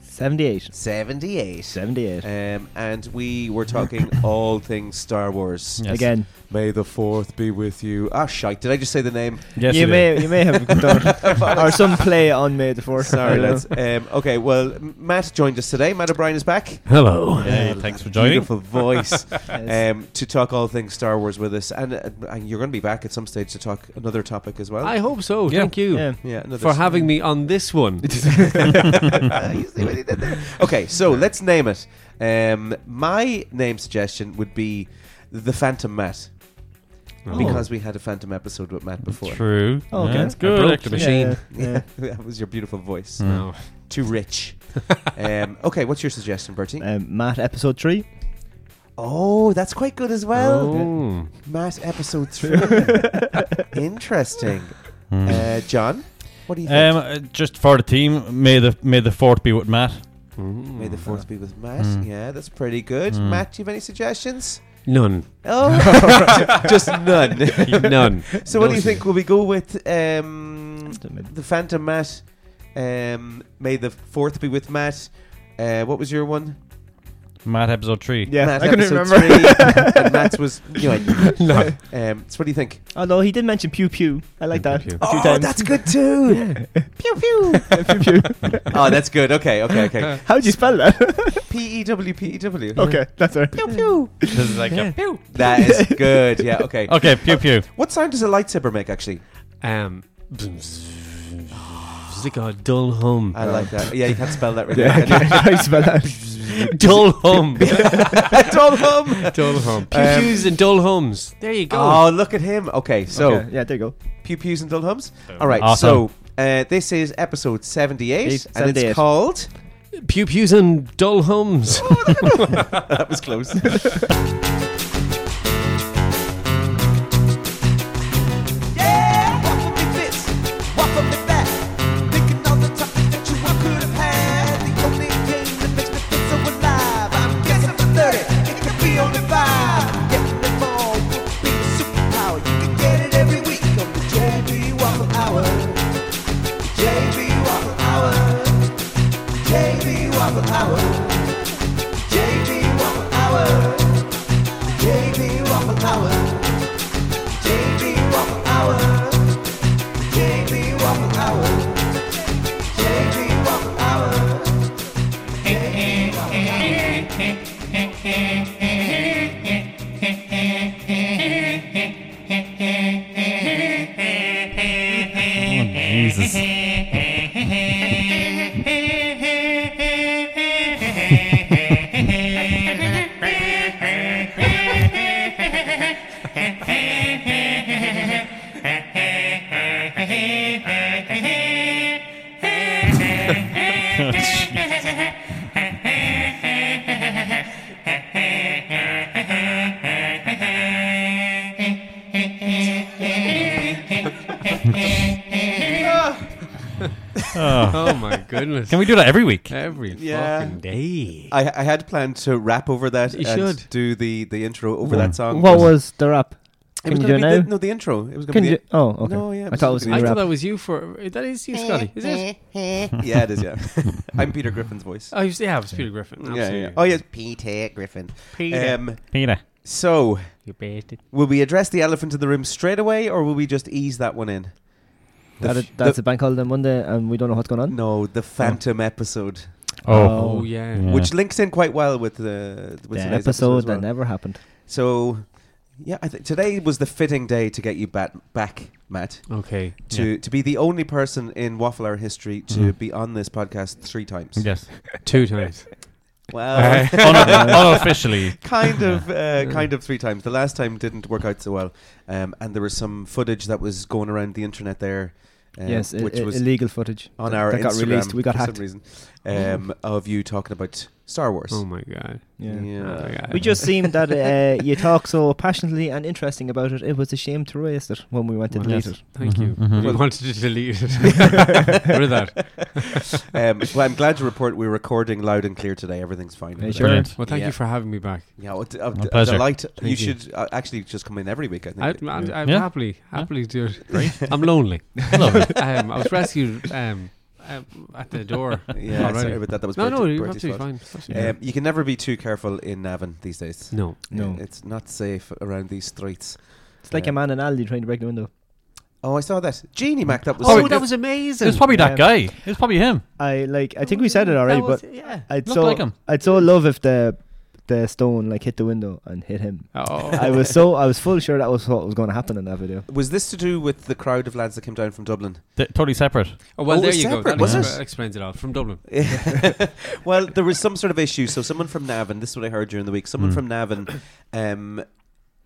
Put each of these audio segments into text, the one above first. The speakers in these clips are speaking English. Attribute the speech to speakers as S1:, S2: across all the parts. S1: 78.
S2: 78.
S1: 78.
S2: Um, and we were talking all things Star Wars.
S1: Yes. Again.
S2: May the 4th be with you. Ah, shite. Did I just say the name?
S1: you, may you may have done or some play on May the Fourth.
S2: Sorry, lads. Um, okay, well, M- Matt joined us today. Matt O'Brien is back.
S3: Hello. thanks for joining.
S2: Beautiful voice um, to talk all things Star Wars with us, and, uh, and you're going to be back at some stage to talk another topic as well.
S3: I hope so.
S1: Yeah.
S3: Thank you
S1: Yeah.
S2: yeah, another
S3: for
S2: s-
S3: having me on this one.
S2: You see what he did there? okay, so let's name it. Um, my name suggestion would be the Phantom Matt. Because we had a Phantom episode with Matt before.
S3: Oh. True.
S1: Okay.
S3: Yeah, Oh,
S1: It's
S3: I
S1: good,
S3: broke the
S1: actually.
S3: machine.
S1: Yeah, yeah, yeah.
S2: that was your beautiful voice.
S3: No.
S2: Too rich. um, okay, what's your suggestion, Bertie?
S1: Um, Matt, episode three.
S2: oh, that's quite good as well.
S3: Oh.
S2: Matt, episode three. Interesting.
S3: Hmm.
S2: Uh, John, what do you think?
S4: Um, uh, just for the team, may the may the fourth be with Matt.
S2: May the fourth be with Matt.
S3: hmm.
S2: Yeah, that's pretty good. Matt, do you have any suggestions?
S3: None.
S2: Oh, just none.
S3: None.
S2: so, what do you think? Will we go with um,
S1: Phantom.
S2: the Phantom Matt? Um, may the fourth be with Matt. Uh, what was your one?
S4: Matt episode three.
S1: Yeah,
S2: Matt
S1: I couldn't
S2: episode
S1: remember.
S2: Three, and Matt's was you know,
S3: No.
S2: um, so what do you think?
S1: Although Oh, he did mention pew pew. I like
S3: Pew
S1: that.
S3: pew.
S1: A few
S2: Oh,
S1: times.
S2: that's good too. Pew pew.
S1: pew pew.
S2: oh, that's good. Okay, okay, okay.
S1: How do you spell that?
S2: P E W P E W.
S1: okay, that's all right.
S2: Pew pew.
S4: This is like a,
S2: That is good. Yeah. Okay.
S4: okay, pew pew.
S2: What sound does a lightsaber make? Actually,
S3: Um, it's like a dull hum.
S2: I like that. Yeah, you can't spell that right.
S1: Uh. Yeah,
S2: now,
S1: okay.
S2: can you?
S1: How you spell that?
S3: dull hum.
S2: Don't hum.
S3: dull hum. Pew
S2: Um,
S3: pews and dull hums. There you go.
S2: Oh, look at him. Okay, so
S1: Okay, yeah, there you go.
S2: pew pews and dull hums. All right,
S4: Awesome.
S2: so uh, this is episode 78,
S1: Eight-
S2: and
S1: 78.
S2: it's called.
S3: Pew pews and dull hums.
S2: That was close.
S5: Yeah, walk up with this, walk up with that. Thinking all the topics that you could have had. The only thing that makes me feel so alive. I'm guessing for 30, it could be only five. Getting them all would be a superpower. You can get it every week on the JB Waffle Hour. JB Waffle Hour. JB Waffle Hour. JB Waffle Hour. JB Waffle Hour. JB Waffle Hour. JB Waffle Hour. JB Waffle Hour.
S4: Jesus.
S3: oh my goodness.
S4: Can we do that every week?
S3: Every
S2: Yeah.
S3: fucking day.
S2: I, I had planned to rap over that
S3: You
S2: and
S3: should.
S2: do the, the intro over that song.
S1: What
S2: but
S1: was the rap?
S2: it was
S1: Can you do
S2: gonna
S1: it
S2: be the-
S1: now?
S2: no, the intro. It was going
S1: Can
S2: to
S1: you?
S2: be.
S1: Oh, okay.
S2: No, yeah,
S1: I thought it was
S2: I
S1: gonna
S3: I
S1: be
S3: thought
S1: rap.
S3: that was you for. That is you, Scotty. Is
S1: Eh,
S3: it?
S2: The, yeah, it is. Yeah, I'm Peter Griffin's voice.
S3: Oh, yeah, it was Peter Griffin.
S2: Yeah,
S3: Absolutely.
S2: yeah, yeah. Oh, yes, Peter Griffin.
S3: Peter.
S2: Um,
S4: Peter.
S2: so,
S3: You bastard.
S2: will we address the elephant in the room straight away, or will we just ease that one in? The
S1: That
S2: f-
S1: is- that's Oh.
S2: the-
S1: a bank holiday Monday, and we don't know what's going on.
S2: no, the Phantom episode.
S4: Oh.
S3: Oh, yeah.
S4: Yeah.
S2: which links in quite well with the with
S1: the
S2: today's episode,
S1: episode
S2: as well.
S1: that never happened.
S2: So Yeah, I th- today was the fitting day to get you bat- back, Matt.
S3: Okay.
S2: To to be the only person in Waffle Hour history to be on this podcast three times.
S4: Mm-hmm. Yes.
S3: Two times.
S2: Well,
S4: Uno- unofficially.
S2: kind of, uh, kind of three times. The last time didn't work out so well, um, and there was some footage that was going around the internet there. Um,
S1: yes, i-
S2: which
S1: i-
S2: was
S1: illegal footage
S2: on
S1: that,
S2: our
S1: that got
S2: Instagram
S1: released. We got
S2: for
S1: hacked. Mm.
S2: some reason um, of you talking about Star Wars.
S3: Oh my god.
S1: Yeah.
S3: Oh my God.
S1: We just seemed that uh, you talk so passionately and interesting about it. It was a shame to waste it when we went to
S3: Well,
S1: delete
S3: yes,
S1: it.
S3: Thank you.
S2: Mm-hmm.
S3: We wanted to delete it. Rid of that.
S2: um, well, I'm glad to report we're recording loud and clear today. Everything's fine.
S1: Yeah, sure.
S4: Brilliant.
S3: Well, thank
S2: Yeah.
S3: you for having me back.
S2: Yeah, well, d- uh,
S4: My
S2: d-
S4: pleasure.
S2: delight. you,
S3: you.
S2: should uh, actually just come in every week. I think.
S3: I'd, I'd, I'd
S4: Yeah.
S3: happily, happily do it. I'm lonely.
S4: Lovely.
S3: um, I was rescued um, um, at the door.
S2: yeah,
S3: already.
S2: sorry about that. That was
S3: No, no,
S2: Bertie-
S3: you're
S2: Bertie's
S3: absolutely
S2: fault.
S3: fine. Absolutely
S2: Um, you can never be too careful in Navan these days.
S3: fine. No.
S1: No.
S2: it's not safe around these streets.
S1: It's like
S2: Yeah.
S1: a man in Aldi trying to break the window.
S2: Oh, I saw that Genie Mac. That was
S3: Oh, that was amazing.
S4: It was probably that
S1: Um,
S4: guy. It was probably him.
S1: I like. I think we said it already, but
S3: yeah.
S1: I'd
S4: Looked
S1: so
S4: like him.
S1: I'd so love if the the stone like hit the window and hit him.
S3: Oh,
S1: I was so I was full sure that was what was going to happen in that video.
S2: Was this to do with the crowd of lads that came down from Dublin?
S4: Th- totally separate.
S3: Oh, well,
S2: Oh,
S3: there
S2: it's
S3: you go.
S2: separate,
S3: That
S2: was
S3: exp-
S2: it?
S3: explains it all. From Dublin.
S2: well, there was some sort of issue. So someone from Navan, this is what I heard during the week. Someone from Navan, um,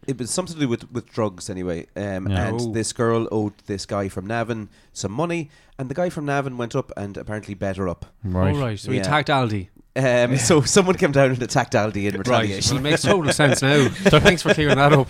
S2: it was something to do with, with drugs anyway. Um,
S4: Yeah.
S2: And
S3: Oh.
S2: this girl owed this guy from Navan some money, and the guy from Navan went up and apparently bet her up.
S4: Right.
S3: All right. So
S2: Yeah.
S3: he tagged Aldi.
S2: Um, so someone came down and attacked Aldi in
S3: Right.
S2: retaliation.
S3: Well, it makes total sense now. So thanks for clearing that up.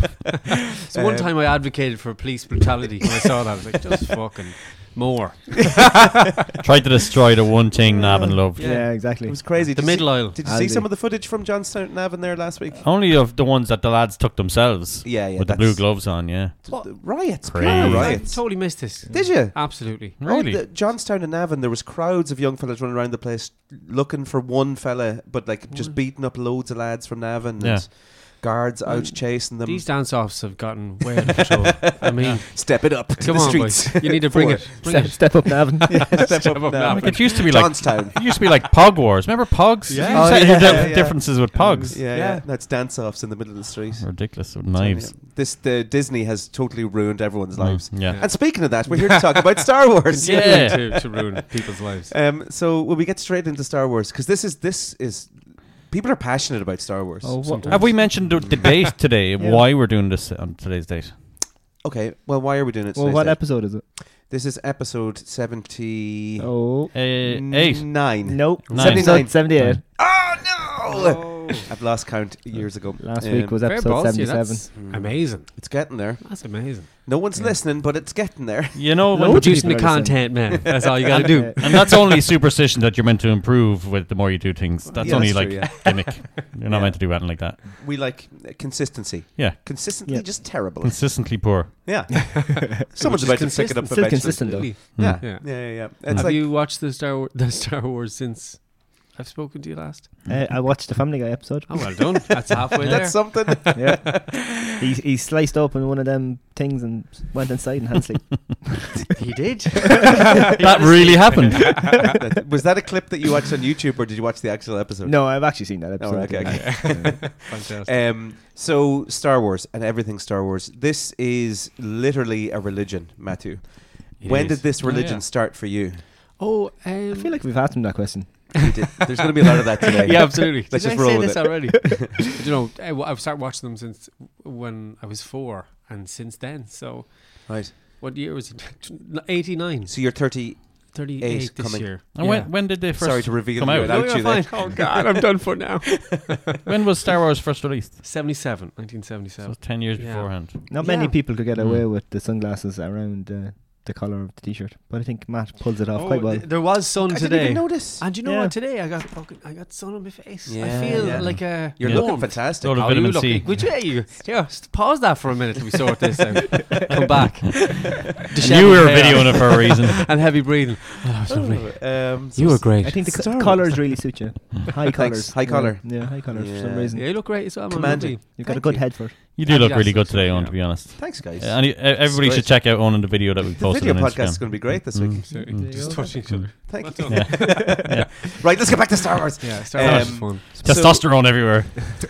S3: so one time I advocated for police brutality when I saw that. I was like, just fucking more.
S4: Tried to destroy the one thing Navin loved.
S1: Yeah, exactly.
S2: It was crazy.
S3: The
S2: Did you see-
S3: middle aisle.
S2: Did you see
S1: Aldi.
S2: some of the footage from Johnstown Navan there last week?
S4: Only of the ones that the lads took themselves.
S2: Yeah, yeah,
S4: With the
S2: that's-
S4: blue gloves on, yeah.
S2: The Riots,
S4: Crazy.
S2: pure
S3: I
S2: riots.
S3: totally missed this.
S2: Did you?
S3: Absolutely.
S4: Really?
S2: Oh, the, Johnstown and Navan, there was crowds of young fellas running around the place looking for one fella, but like just beating up loads of lads from Navan
S4: Yeah.
S2: and guards out chasing them.
S3: These dance offs have gotten way out of control. I mean,
S2: Step it up to
S3: come
S2: the
S3: on,
S2: streets.
S3: boys. You need to bring
S2: For
S3: it. Bring
S1: Step,
S3: it.
S1: step up, Navin.
S2: Step, up,
S4: Like,
S2: Navan.
S4: it used to be like
S2: Johnstown.
S4: it used to be like Pog Wars. Remember Pogs?
S3: Yeah.
S4: You
S2: Oh,
S4: said
S2: yeah,
S4: your
S2: yeah,
S4: dif-
S2: yeah.
S4: differences with Pogs.
S2: Yeah,
S3: Yeah.
S2: yeah. That's dance offs in the middle of the street.
S4: Ridiculous with knives.
S2: This the Disney has totally ruined everyone's lives.
S4: Mm, yeah.
S2: And speaking of that, we're here to talk about Star Wars.
S4: Yeah.
S3: to, to ruin people's lives.
S2: Um, so will we get straight into Star Wars? Because this is this is people are passionate about Star Wars.
S1: Oh,
S4: Have we mentioned the, the date today? Why we're doing this on today's date?
S2: Okay. Well, why are we doing it?
S1: well,
S2: today's
S1: what
S2: day?
S1: episode is it?
S2: This is episode seventy
S1: Oh,
S4: Uh,
S2: Mm.
S4: eight.
S2: nine.
S1: nope.
S4: Nine.
S1: Episode seventy-eight.
S2: Oh no! I've lost count years ago.
S1: Last
S2: Um,
S1: week was
S3: Fair
S1: episode
S3: balls to you,
S1: seventy-seven.
S3: that's amazing.
S2: It's getting there.
S3: That's amazing.
S2: No one's listening, but it's getting there.
S4: You know,
S1: No,
S4: when
S1: Loads of
S3: Producing the
S1: people are listening.
S3: content, man. That's all you got to do.
S4: and that's only superstition that you're meant to improve with the more you do things. That's
S2: Yeah,
S4: only
S2: that's
S4: like
S2: true,
S4: gimmick. You're not meant to do anything like that.
S2: We like uh, consistency.
S4: Yeah,
S2: Consistently,
S1: Yeah.
S2: just terrible.
S4: consistently poor.
S2: yeah. Someone's about to pick it up.
S3: consistent.
S1: Still
S2: eventually.
S1: consistent though.
S2: Yeah.
S3: Yeah.
S2: Yeah. Yeah. Yeah. It's
S3: Have
S2: like
S3: you watched the Star War- the Star Wars since I've spoken to you last?
S1: Uh, I watched the Family Guy episode.
S3: Oh, well done. That's halfway there.
S2: that's something.
S1: yeah, he he sliced open one of them things and went inside and had sleep.
S3: he did.
S4: that really happened.
S2: was that a clip that you watched on YouTube, or did you watch the actual episode?
S1: no, I've actually seen that
S2: Oh,
S1: episode.
S2: okay. okay.
S3: Fantastic.
S2: Um, so Star Wars and everything Star Wars. This is literally a religion, Matthew.
S3: It
S2: when
S3: is.
S2: did this religion
S4: yeah.
S2: start for you?
S3: Oh, um,
S1: I feel like we've asked him that question.
S2: You did- There's going to be a lot of that today.
S3: yeah, absolutely.
S2: Let's
S3: Did
S2: just
S3: I
S2: roll
S3: say
S2: with
S3: this
S2: it.
S3: already? I don't know. I, w- I've started watching them since when I was four, and since then. So,
S2: Right.
S3: what year was it? 89,
S2: So you're 30.
S3: 38
S2: Eight
S3: this
S2: coming.
S3: year.
S4: And when, when did they first
S2: Sorry to reveal
S4: come
S2: you
S4: out?
S2: without you
S3: no, you're
S2: there.
S3: fine. Oh God, I'm done for now.
S4: When was Star Wars first released?
S3: 77,
S4: So
S3: 1977.
S4: ten years
S3: Yeah.
S4: beforehand.
S1: Not
S3: Yeah.
S1: many people could get away with the sunglasses around uh, the collar of the t-shirt, but I think Matt pulls it
S2: Oh,
S1: off quite well.
S3: Oh, th- there was sun
S2: I
S3: today.
S2: didn't even notice.
S3: And you know
S1: Yeah.
S3: what? Today I got fucking, I got sun on my face.
S2: Yeah,
S3: I feel
S2: yeah.
S3: like a
S2: You're
S4: Yeah.
S2: looking
S3: warmth.
S2: fantastic.
S4: Sort of
S3: How
S4: vitamin
S3: you
S4: C.
S3: looking? Would you, you just pause that for a minute till we sort this out. Come back.
S4: And you were
S3: Disheveled hair
S4: videoing it for a reason.
S3: and heavy breathing. Oh, that was lovely.
S2: Um, so
S3: you were
S2: s-
S3: great.
S1: I think the
S2: Star
S1: co-
S2: Wars.
S1: collars really suit you. High
S2: Thanks.
S1: collars.
S2: High collar.
S1: Yeah, yeah, high collars for some
S2: Yeah.
S1: reason.
S3: yeah, you look great as well. man.
S2: Commanding.
S1: You've got a
S2: Thank
S1: good
S2: you.
S1: head for it.
S4: You do
S3: Andy
S4: look really
S3: Jackson,
S4: good today,
S3: yeah.
S4: Owen, to be honest.
S2: Thanks, guys.
S4: Uh, and you- e- everybody
S2: great.
S4: should check out Owen and the video that we
S2: the
S4: posted
S2: video podcast
S4: on Instagram. Mm,
S2: is going to be great this week.
S3: So, Just touching each other.
S2: Thank you.
S3: Well done.
S2: right, let's get back to Star Wars.
S3: Yeah, Star Wars is
S2: Um,
S3: fun.
S2: So-
S4: Testosterone everywhere.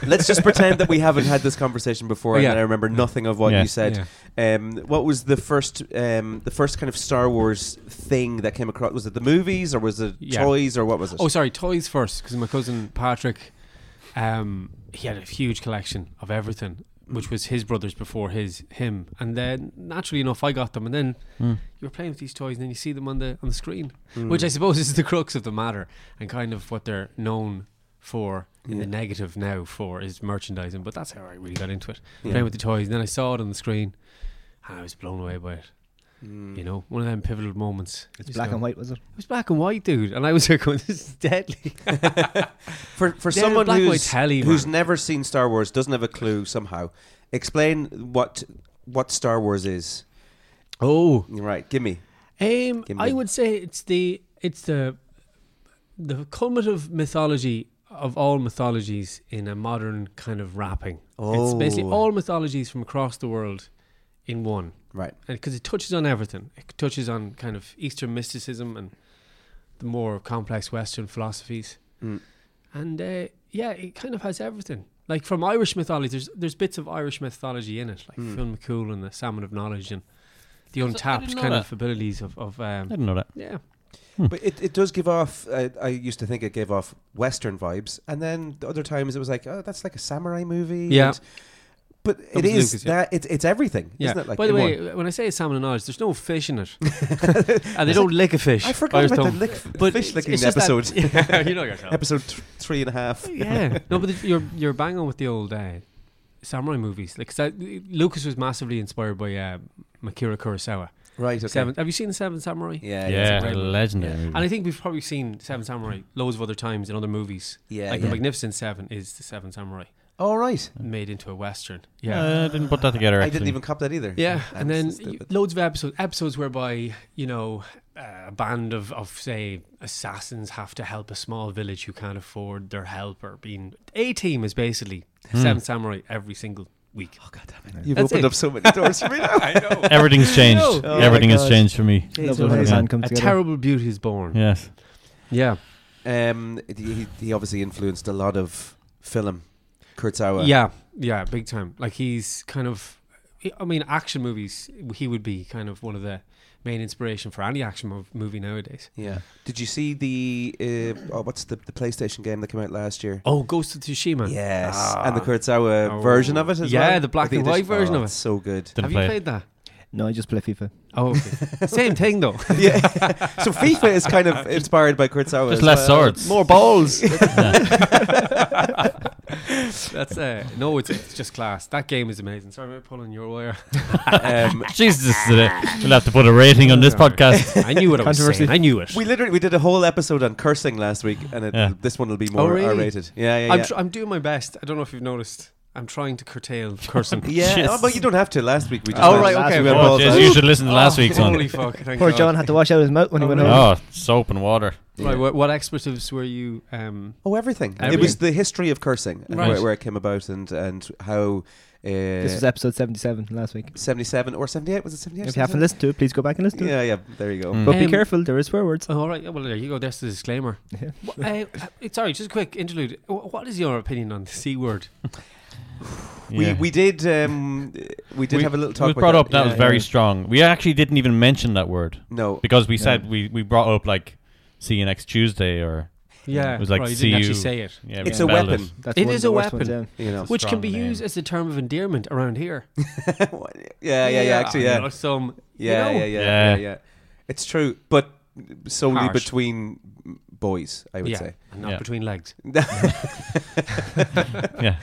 S2: Let's just pretend that we haven't had this conversation before,
S3: Oh, yeah.
S2: and I remember nothing of what
S4: Yeah.
S2: you said. Um, what was the first, um, the first kind of Star Wars thing that came across? Was it the movies, or was it
S3: Yeah.
S2: toys, or what was it?
S3: Oh, sorry, toys first, because my cousin Patrick, um, he had a huge collection of everything, which was his brother's before his him, and then naturally enough, I got them, and then
S1: Hmm.
S3: you were playing with these toys, and then you see them on the on the screen, which I suppose is the crux of the matter, and kind of what they're known for in the negative now for is merchandising. But that's how I really got into it, playing with the toys, and then I saw it on the screen, and I was blown away by it. You know, one of them pivotal moments.
S1: It's
S3: Just
S1: black
S3: go,
S1: and white, was it?
S3: It was black and white, dude, and I was here going, "This is deadly."
S2: for for
S3: They're
S2: someone
S3: black and white
S2: who's,
S3: telly,
S2: who's
S3: man.
S2: never seen Star Wars, doesn't have a clue somehow, explain what what Star Wars is.
S3: Oh,
S2: You're right. Give me.
S3: um,
S2: Give me-
S3: I would say it's the it's the the culminative mythology of all mythologies in a modern kind of wrapping. It's basically
S2: Oh.
S3: all mythologies from across the world in one,
S2: Right.
S3: and because it touches on everything, it touches on kind of Eastern mysticism and the more complex Western philosophies,
S2: Mm.
S3: and uh, yeah, it kind of has everything. Like from Irish mythology, there's there's bits of Irish mythology in it, like
S2: Mm.
S3: Fionn McCool and the Salmon of Knowledge and the untapped
S4: know
S3: kind
S4: that.
S3: of abilities of of
S4: I
S3: um,
S4: didn't know that.
S3: yeah. Hmm.
S2: But it, it does give off. Uh, I used to think it gave off Western vibes, and then the other times it was like, oh, that's like a samurai movie.
S3: Yeah.
S2: and- but it
S3: was
S2: is
S3: Lucas, yeah.
S2: that it's it's everything,
S3: Yeah.
S2: isn't it? Like
S3: By the
S2: in
S3: way,
S2: one?
S3: when I say salmon and knowledge, there's no fish in it, and they don't lick a fish.
S2: I forgot
S3: Irish
S2: about the
S3: don't.
S2: lick,
S3: But
S2: fish
S3: it's-
S2: licking
S3: it's just that-
S2: episode.
S3: you know yourself.
S2: episode th- three and a half.
S3: yeah. No, but th- you're you're bang on with the old uh, samurai movies. Like 'cause I- Lucas was massively inspired by uh, Akira Kurosawa.
S2: Right. Okay.
S3: Seven. Have you seen the Seven Samurai?
S2: Yeah.
S4: Yeah,
S3: great movie.
S4: legendary movie.
S3: And I think we've probably seen Seven Samurai loads of other times in other movies.
S2: Yeah,
S3: Like
S2: yeah. Mm.
S3: the Magnificent Seven is the Seven Samurai
S2: All right.
S3: made into a western.
S4: yeah.
S3: Yeah.
S4: Uh, I didn't put that together,
S2: I
S4: actually.
S2: didn't even cop that either.
S3: Yeah,
S2: I'm
S3: and then
S2: so stupid.
S3: y- loads of episodes, episodes whereby you know uh, a band of of say assassins have to help a small village who can't afford their help, or being a team is basically
S2: Hmm.
S3: seven samurai every single week. Oh god damn
S2: You've
S3: That's
S2: opened
S3: it.
S2: up so many doors for me now. I know.
S4: Everything's changed.
S3: No.
S2: Oh my
S4: Everything has
S2: God.
S4: changed for me.
S1: Love it when his
S4: Yeah.
S1: hand comes
S3: A
S1: together.
S3: terrible beauty is born. Yeah,
S4: Yes.
S3: yeah.
S2: Um, he, he obviously influenced a lot of film, Kurosawa.
S3: yeah, yeah, big time. Like he's kind of, I mean, action movies. He would be kind of one of the main inspiration for any action mov- movie nowadays.
S2: Yeah. Did you see the uh, oh, what's the the PlayStation game that came out last year?
S3: Oh, Ghost of Tsushima.
S2: Yes,
S3: Ah.
S2: and the Kurosawa
S3: Oh.
S2: version of it as well.
S3: Yeah, the black
S2: Or
S3: and white
S2: edition-
S3: version of
S2: oh, it's
S3: it.
S2: So good.
S4: Didn't
S3: Have you
S4: play it.
S3: played that?
S1: No, I just play FIFA.
S3: Oh, okay. same thing though.
S2: yeah. so FIFA is kind of inspired by Kurosawa. as
S4: Just less
S2: well.
S4: swords.
S2: more balls.
S3: That's uh, no, it's, it's just class. That game is amazing. Sorry about pulling your wire.
S2: um,
S4: Jesus, this is it. we'll have to put a rating on this podcast.
S3: I knew what I was
S1: Controversy.
S3: saying. I knew it.
S2: we literally we did a whole episode on cursing last week, and it,
S4: Yeah.
S2: this one will be more
S3: Oh, really?
S2: R-rated. Yeah, yeah, yeah.
S3: I'm, tr- I'm doing my best. I don't know if you've noticed. I'm trying to curtail cursing.
S2: yeah, oh,
S4: Jeez.
S2: but you don't have to. Last week we just
S3: Oh,
S2: went-
S3: right,
S2: we Oh,
S3: okay.
S2: went
S3: Well,
S4: Oh,
S2: balls
S4: jeez,
S2: out.
S4: you should listen to last week's
S3: Holy
S4: one.
S3: fuck! Thank
S1: Poor
S3: God.
S1: John had to wash out his mouth when he went
S3: really?
S1: home.
S4: Oh, soap and water.
S3: Right, what, what expletives were you? Um,
S2: Oh, everything. It
S3: Everything.
S2: was the history of cursing and
S3: Right.
S2: where, where it came about and and how. Uh,
S1: This was episode 77 last week.
S2: 77 or 78 was it 78
S1: If you haven't listened to it, please go back and listen to it.
S2: yeah Mm-hmm. yeah there you go
S4: Mm,
S1: But be
S3: Um,
S1: careful, there is swear words.
S3: oh, all right. Yeah, well, there you go. There's the disclaimer. Wha- uh, uh, sorry, just a quick interlude. Wh- What is your opinion on the c word?
S4: Yeah.
S2: we, we did um, we did
S4: We-
S2: have a little
S4: it
S2: talk
S4: was
S2: about
S4: brought up. That
S2: Yeah,
S4: was very
S2: yeah.
S4: strong. We actually didn't even mention that word
S2: no
S4: because we said we, we brought up like see you next Tuesday or
S3: Yeah,
S4: It was like
S3: right, you
S4: see
S3: didn't
S4: you-
S3: actually say it,
S4: yeah.
S2: It's a weapon.
S1: That's
S3: It
S1: one of
S3: is
S1: the
S3: a
S1: worst
S3: weapon.
S1: ones,
S2: you know
S3: which can be
S4: strong
S3: used
S4: name.
S3: as a term of endearment around here.
S2: yeah yeah yeah, actually yeah
S3: you know, some, you
S2: yeah,
S3: know.
S2: yeah yeah yeah
S4: Yeah.
S2: yeah it's true but solely
S3: Harsh.
S2: between boys I would
S3: yeah,
S2: say
S3: and not
S4: Yeah.
S3: between legs.
S4: yeah.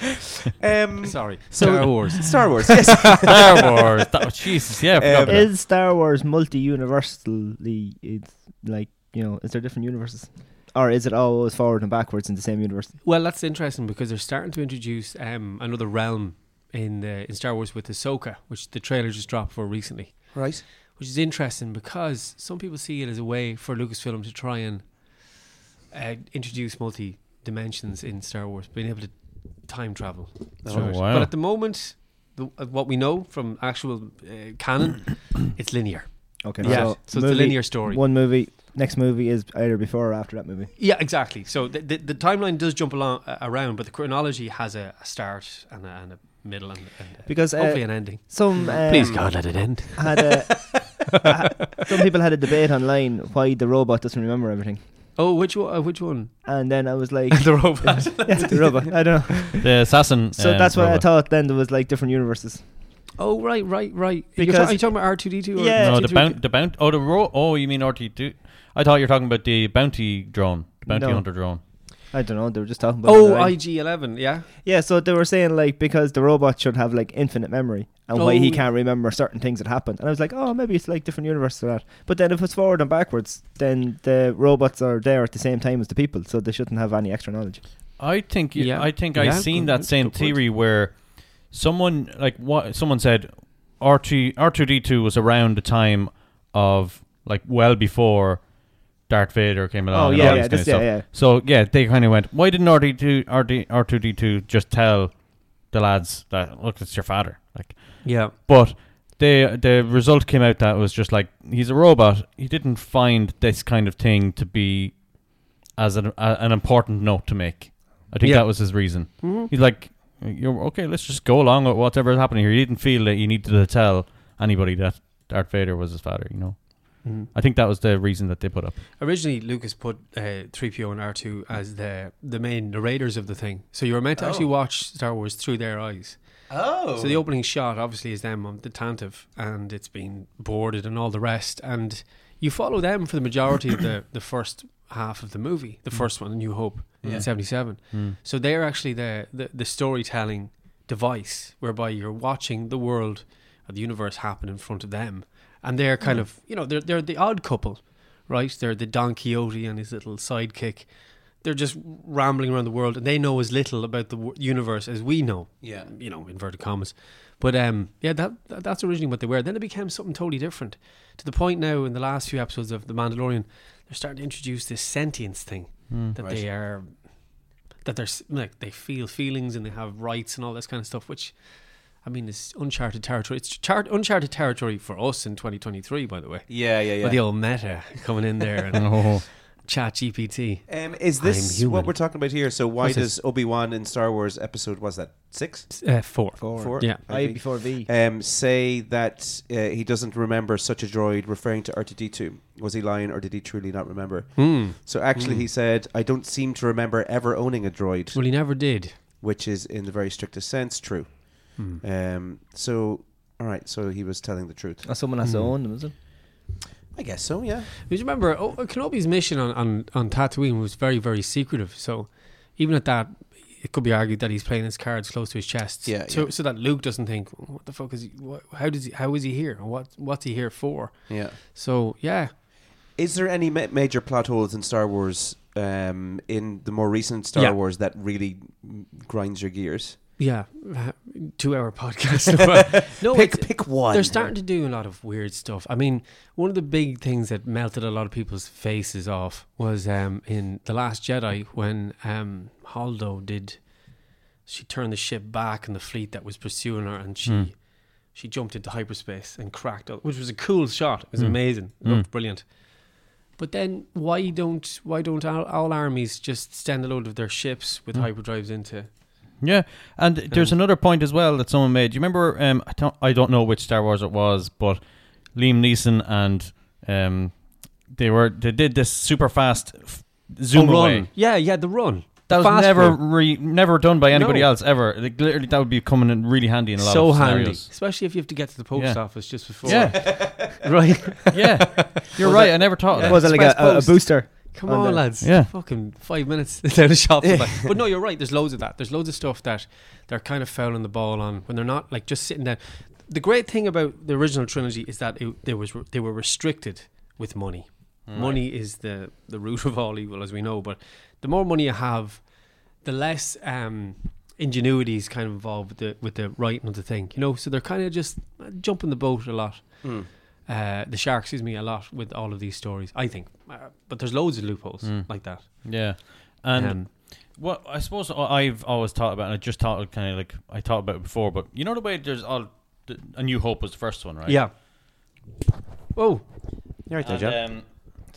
S2: um,
S3: Sorry,
S2: So-
S3: Star Wars.
S2: Star Wars yes
S4: Star Wars. That was, Jesus, yeah. I forgot
S2: Um,
S4: about
S1: yeah.
S4: that.
S1: Is Star Wars multi-universally? It's like you know, is there different universes, or is it always forward and backwards in the same universe?
S3: Well, that's interesting because they're starting to introduce um, another realm in the in Star Wars with Ahsoka, which the trailer just dropped for recently,
S2: right
S3: which is interesting because some people see it as a way for Lucasfilm to try and uh, introduce multi dimensions in Star Wars, being able to time travel. through it.
S4: wow.
S3: But at the moment, the, uh, what we know from actual uh, canon, it's linear.
S1: Okay.
S3: Yeah, so it's a linear story.
S1: One movie, next movie is either before or after that movie.
S3: Yeah, exactly. So the, the, the timeline does jump along, uh, around, but the chronology has a, a start and a, and a middle and, and a-
S1: Because, uh,
S3: hopefully an ending.
S1: Some um,
S3: Please God, let it end.
S1: had a, ha- some people had a debate online why the robot doesn't remember everything,
S3: Oh, which one? Uh, which one?
S1: and then I was like,
S3: the robot.
S1: yeah, the robot. I don't know.
S4: The assassin.
S1: So
S4: um,
S1: that's why I
S4: robot.
S1: thought then there was like different universes.
S3: Oh, right, right, right. Because
S1: Because-
S3: are you talking about R two D two?
S1: Yeah,
S4: No, the
S1: T3P.
S4: bounty. The bounty. Oh, the ro- Oh, you mean RT two? I thought you were talking about the bounty drone, the bounty
S1: No.
S4: hunter drone.
S1: I don't know. They were just talking about.
S3: Oh,
S1: it, right?
S3: IG eleven. Yeah.
S1: yeah. So they were saying like because the robot should have like infinite memory and why he
S3: Oh.
S1: can't remember certain things that happened. And I was like, oh, maybe it's like different universes or that. But then if it's forward and backwards, then the robots are there at the same time as the people, so they shouldn't have any extra knowledge.
S4: I think y-
S3: Yeah.
S4: I think
S3: Yeah,
S4: I seen
S3: good-
S4: that same
S3: good point.
S4: theory where someone like what someone said R two R two D two was around the time of like well before Darth Vader came along.
S1: Oh,
S4: and
S1: yeah,
S4: all
S1: yeah,
S4: this kind of
S1: this- yeah,
S4: stuff.
S1: yeah.
S4: So yeah, they kind of went. Why didn't R two R two D two just tell the lads that look, it's your father? Like,
S3: Yeah.
S4: but the the result came out that was just like he's a robot. He didn't find this kind of thing to be as an a, an important note to make. I think
S3: Yeah.
S4: that was his reason. He's like, you're okay. Let's just go along with whatever's happening here. He didn't feel that you needed to tell anybody that Darth Vader was his father. You know. I think that was the reason that they put up.
S3: Originally, Lucas put uh, three PO and R two as the the main narrators of the thing. So you were meant to
S1: Oh.
S3: actually watch Star Wars through their eyes.
S2: Oh.
S3: So the opening shot obviously is them on the tantive and it's been boarded and all the rest and you follow them for the majority of the, the first half of the movie, the first one, New Hope in seventy seven. So they're actually the, the, the storytelling device whereby you're watching the world or the universe happen in front of them. And they're kind of you know, they're they're the odd couple, right? They're the Don Quixote and his little sidekick. They're just rambling around the world, and they know as little about the wo- universe as we know
S2: Yeah.
S3: you know, inverted commas. But um, yeah, that, that that's originally what they were. Then it became something totally different. To the point now, in the last few episodes of The Mandalorian, they're starting to introduce this sentience thing that they are that they're s- like they feel feelings and they have rights and all this kind of stuff. Which, I mean, is uncharted territory. It's char- uncharted territory for us in 2023, by the way.
S2: Yeah, yeah,
S3: With the old meta coming in there and
S4: Oh,
S3: Chat GPT.
S2: Um, is
S3: I'm
S2: this
S3: human.
S2: what we're talking about here? So why
S3: What's this?
S2: does Obi Wan in Star Wars episode was that six?
S3: Uh, four.
S2: Four?
S3: Yeah.
S1: I before V.
S2: Um, say that uh, he doesn't remember such a droid, referring to R2D2. Was he lying, or did he truly not remember?
S3: Hmm.
S2: So actually, he said, "I don't seem to remember ever owning a droid,"
S3: Well, he never did.
S2: which is, in the very strictest sense, true.
S3: Hmm.
S2: Um, so, all right, so he was telling the truth.
S3: Uh,
S1: Oh, someone has to own them, is it?
S2: I guess so. Yeah.
S3: Because remember, oh, Kenobi's mission on, on, on Tatooine was very, very secretive. So even at that, it could be argued that he's playing his cards close to his chest.
S2: Yeah,
S3: So,
S2: yeah.
S3: so that Luke doesn't think, what the fuck is he? What, how does he? How is he here? What What's he here for?
S2: Yeah.
S3: So yeah,
S2: Is there any ma- major plot holes in Star Wars um, in the more recent Star
S3: Yeah.
S2: Wars that really mm, grinds your gears?
S3: yeah, two hour podcast. no,
S2: pick
S3: it's-
S2: pick one.
S3: They're starting to do a lot of weird stuff. I mean, one of the big things that melted a lot of people's faces off was um, in The Last Jedi when um, Holdo did. She turned the ship back and the fleet that was pursuing her, and
S4: Hmm.
S3: she she jumped into hyperspace and cracked, all- which was a cool shot. It was
S4: Hmm.
S3: amazing. It looked brilliant. But then, why don't why don't all, all armies just send a load of their ships
S4: Hmm.
S3: with hyperdrives into?
S4: yeah. And
S3: Um,
S4: there's another point as well that someone made. Do you remember? Um, I don't, I don't know which Star Wars it was, but Liam Neeson and um, they were they did this super fast f- zoom
S3: A run?
S4: away.
S3: Yeah, yeah, the run.
S4: That was
S3: Fast
S4: never
S3: run.
S4: re, never done by anybody
S3: No.
S4: else ever. Like, literally, that would be coming in really handy in a lot
S3: so
S4: of
S3: handy,
S4: scenarios.
S3: especially if you have to get to the post
S4: Yeah.
S3: office just before.
S4: Yeah,
S3: right.
S4: yeah. You're right. I never thought of
S1: was it
S4: Oh, that.
S1: like a, a, a
S3: Express
S1: booster?
S3: Come
S1: On
S3: on,
S1: the-
S3: lads.
S4: uh, Yeah.
S3: Fucking five minutes down the shop. but no, you're right. There's loads of that. There's loads of stuff that they're kind of fouling the ball on when they're not like just sitting down. The great thing about the original trilogy is that it, there was they were restricted with money. Money is the the root of all evil, as we know. But the more money you have, the less um, ingenuity is kind of involved with the with the writing of the thing, you know. So they're kind of just jumping the boat a lot, uh, the shark, excuse me, a lot with all of these stories. I think, uh, but there's loads of loopholes like that.
S4: Yeah, and
S3: Um,
S4: Well, I suppose I- I've always thought about, and I just thought kind of like I thought about it before, but you know the way there's all the- a new hope was the first one, right?
S3: Yeah. Oh, Whoa.
S2: You're right there,
S4: And,
S2: John.
S4: um,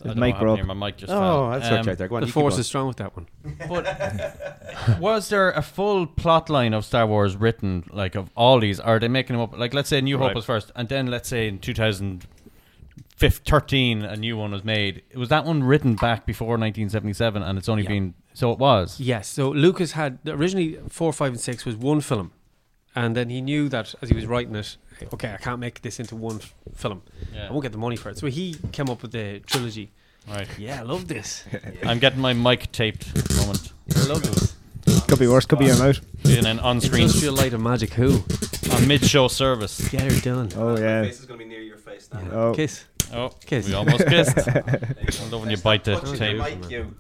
S4: I don't know
S1: mic
S4: what happened
S1: broke.
S4: here, My mic just. fell.
S2: oh, that's
S4: Um,
S2: right, right there. Go on,
S3: The
S2: you keep
S3: force
S2: going.
S3: is strong with that one.
S4: But was there a full plot line of Star Wars written, like of all these? Are they making them up? Like, let's say New Hope
S3: Right.
S4: was first, and then let's say in 2013 a new one was made. Was that one written back before 1977, and it's only
S3: Yeah.
S4: been so it was?
S3: Yes. So Lucas had originally four, five, and six was one film, and then he knew that as he was writing it, okay, I can't make this into one f- film.
S4: Yeah.
S3: I won't get the money for it. So he came up with the trilogy.
S4: Right.
S3: Yeah, I love this.
S4: I'm getting my mic taped. at the Moment.
S3: I love this.
S1: Could be worse. Could be your mouth.
S4: Being an on-screen,
S3: Industrial Light and Magic Who.
S4: a mid-show service.
S3: Get her done.
S1: Oh yeah.
S2: is going to be near your face now.
S1: Oh.
S3: Kiss.
S4: Oh,
S3: Kiss.
S4: we almost kissed. I love when you bite the tape.
S2: you.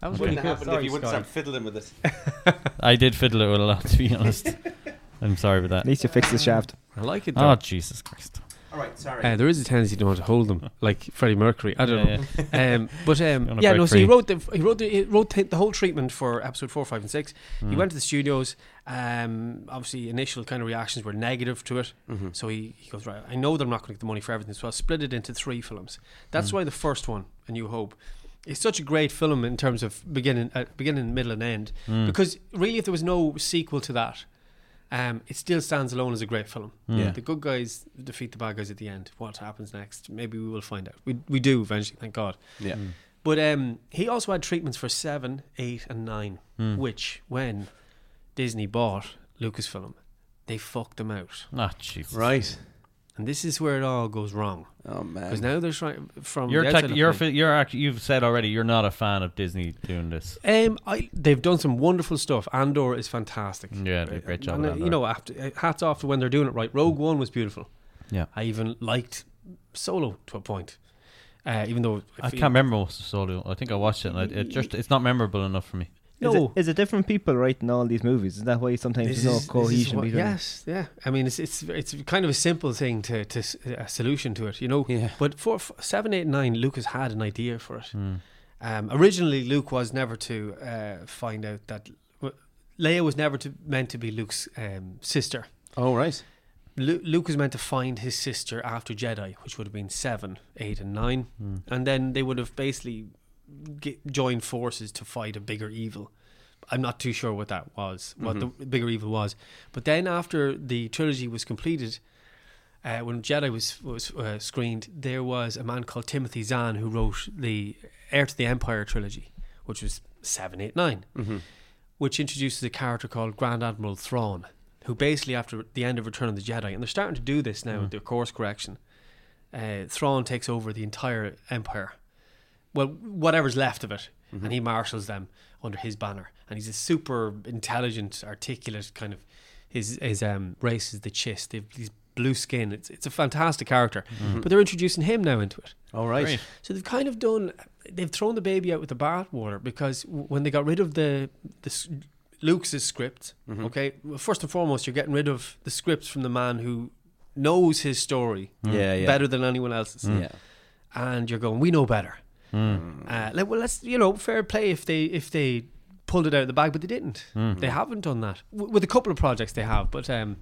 S3: That was
S2: Wouldn't
S3: really cool.
S2: happen if you wouldn't start fiddling with it.
S4: I did fiddle it with a lot, to be honest. I'm sorry about
S1: At
S4: that.
S1: least you fix the shaft.
S3: I like it. Though.
S4: Oh, Jesus Christ.
S2: All right, sorry.
S3: Uh, there is a tendency to want to hold them, like Freddie Mercury. I don't
S4: Yeah,
S3: know. Um, but um,
S4: wanna
S3: yeah,
S4: break
S3: no. So he
S4: free.
S3: wrote the he wrote the, he wrote t- the whole treatment for episode four, five, and six.
S4: Hmm.
S3: He went to the studios. Um, obviously, initial kind of reactions were negative to it. So he, he goes right. I know that I'm not going to get the money for everything, so I'll split it into three films. That's
S4: Hmm.
S3: why the first one, A New Hope. is such a great film in terms of beginning, uh, beginning, middle, and end.
S4: Hmm.
S3: Because really, if there was no sequel to that, um, it still stands alone as a great film.
S4: Hmm.
S2: Yeah.
S3: The good guys defeat the bad guys at the end. What happens next? Maybe we will find out. We, we do eventually, thank God.
S2: yeah.
S3: But um, he also had treatments for seven, eight, and nine,
S4: Hmm.
S3: which when Disney bought Lucasfilm, they fucked them out.
S4: Ah, Jesus.
S2: Right.
S3: And this is where it all goes wrong.
S2: Oh, man.
S3: Because now they're trying from
S4: You're
S3: the
S4: tech,
S3: outside looking
S4: you're
S3: in.
S4: fi- you're actually you've said already you're not a fan of Disney doing this.
S3: Um, I, they've done some wonderful stuff. Andor is fantastic.
S4: Yeah, they did a great job
S3: And,
S4: with
S3: uh,
S4: Andor.
S3: you know, after, uh, hats off to when they're doing it right. Rogue One was beautiful.
S4: Yeah.
S3: I even liked Solo to a point, uh, even though
S4: I
S3: feel- Mm.
S4: can't remember most of Solo. I think I watched it and I, it just it's not memorable enough for me.
S1: Is it,
S3: No,
S1: is it different people writing all these movies? Is that why sometimes
S3: This
S1: there's
S3: is- this is
S1: no cohesion
S3: what-
S1: between?
S3: Yes, yeah. I mean, it's it's it's kind of a simple thing to to s- a solution to it, you know.
S2: Yeah.
S3: But for f- seven, eight, nine, Lucas had an idea for it.
S1: Hmm.
S3: Um, originally, Luke was never to uh, find out that w- Leia was never to, meant to be Luke's um, sister.
S2: Oh, right.
S3: Lu- Luke was meant to find his sister after Jedi, which would have been seven, eight, and nine, and then they would have basically ge- joined forces to fight a bigger evil. I'm not too sure what that was, what the bigger evil was. But then after the trilogy was completed, uh, when Jedi was was uh, screened, there was a man called Timothy Zahn who wrote the Heir to the Empire trilogy, which was seven, eight, nine which introduces a character called Grand Admiral Thrawn, who basically after the end of Return of the Jedi, and they're starting to do this now with their course correction. Uh, Thrawn takes over the entire Empire, well, whatever's left of it, and he marshals them under his banner. And he's a super intelligent, articulate kind of. His his um, race is the Chiss. They've these blue skin. It's it's a fantastic character, but they're introducing him now into it.
S2: Mm-hmm. All right.
S4: Great.
S3: So they've kind of done. They've thrown the baby out with the bathwater because w- when they got rid of the the s- Luke's script,
S2: Mm-hmm.
S3: okay. Well, first and foremost, you're getting rid of the scripts from the man who knows his story
S2: Yeah, yeah.
S3: better than anyone else's,
S2: Yeah.
S3: and you're going, we know better. Uh, like, well, let's you know, fair play if they if they pulled it out of the bag, but they didn't. They haven't done that W- with a couple of projects they have, but um,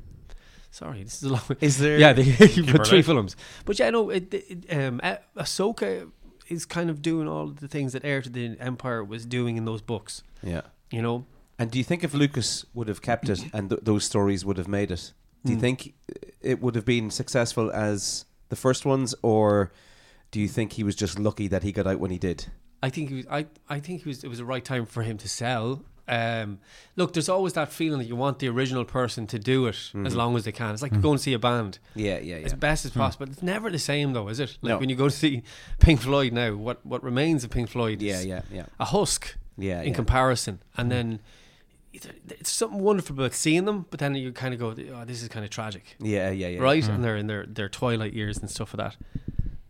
S3: sorry, this is a long.
S2: Is there-
S3: Yeah, they
S4: her
S3: but three
S4: life.
S3: films. But yeah, no, it, it, um, Ah- Ahsoka is kind of doing all the things that Heir to the Empire was doing in those books.
S2: Yeah.
S3: You know,
S2: And do you think if Lucas would have kept it and th- those stories would have made it, do you
S3: Hmm.
S2: think it would have been successful as the first ones, or do you think he was just lucky that he got out when he did?
S3: I think he was. I, I think he was. It was the right time for him to sell. Um, look, there's always that feeling that you want the original person to do it as long as they can. It's like going to see a band
S2: Mm-hmm. Yeah, yeah, yeah.
S3: as best as possible. It's never the same though, is it? Like
S2: No.
S3: when you go to see Pink Floyd now, what what remains of Pink Floyd?
S2: Yeah,
S3: is
S2: yeah, yeah.
S3: A husk.
S2: Yeah,
S3: in
S2: yeah. Mm-hmm.
S3: comparison, and then either- it's something wonderful about seeing them, but then you kind of go, "Oh, this is kind of tragic."
S2: yeah, yeah, yeah.
S3: right? And they're in their, their twilight years and stuff like that.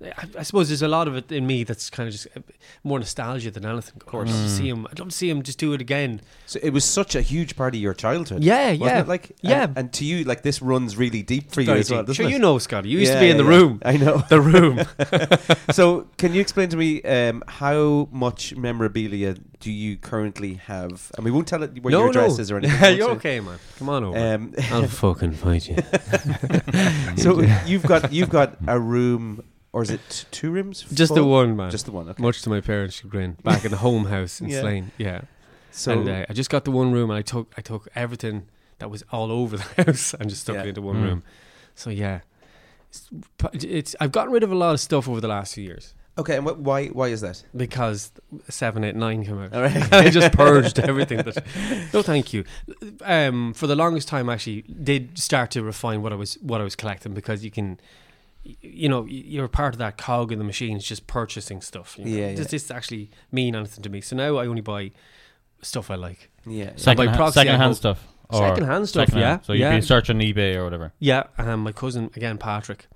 S3: I, I suppose there's a lot of it in me that's kind of just uh, more nostalgia than anything. Of course, to see him. I'd love to see him just do it again.
S2: So it was such a huge part of your childhood.
S3: Yeah,
S2: wasn't
S3: yeah,
S2: it? Like, and-
S3: yeah.
S2: And, to you, like this runs really deep for you
S3: Very
S2: as well.
S3: deep.
S2: doesn't
S3: sure,
S2: it?
S3: you know, Scotty. You used
S2: Yeah,
S3: to be in
S2: yeah,
S3: the
S2: yeah.
S3: room.
S2: I know.
S3: The room.
S2: so, can you explain to me um, how much memorabilia do you currently have? And we won't tell it where your address is or anything.
S3: Yeah,
S2: won't
S3: you're
S2: we?
S3: okay, man. Come on over.
S2: Um,
S3: I'll fucking fight you.
S2: so you've got you've got a room, or is it t- two rooms?
S3: Just the
S2: full?
S3: one, man.
S2: Just the one. Okay.
S3: Much to my parents' chagrin, back in the home house in
S2: Yeah.
S3: Slane. Yeah.
S2: So
S3: and uh, I just got the one room, and I took I took everything that was all over the house and just stuck
S2: Yeah.
S3: it into one
S4: Mm.
S3: room. So yeah, it's, p- it's I've gotten rid of a lot of stuff over the last few years
S2: okay, and wh- why why is that?
S3: because seven, eight, nine came out.
S2: All right.
S3: I just purged everything. That, no, thank you. Um, for the longest time, I actually, did start to refine what I was what I was collecting because you can, y- you know, y- you're part of that cog in the machine. It's just purchasing stuff. you know.
S2: Yeah, yeah.
S3: Does this actually mean anything to me? So now I only buy stuff I like.
S2: Yeah.
S4: Second,
S3: by
S4: hand,
S3: proxy,
S4: second
S3: I
S4: hand
S3: hope-
S4: stuff.
S3: Secondhand stuff, yeah,
S4: So you'd
S3: yeah.
S4: be searching eBay or whatever.
S3: Yeah, um, my cousin again, Patrick,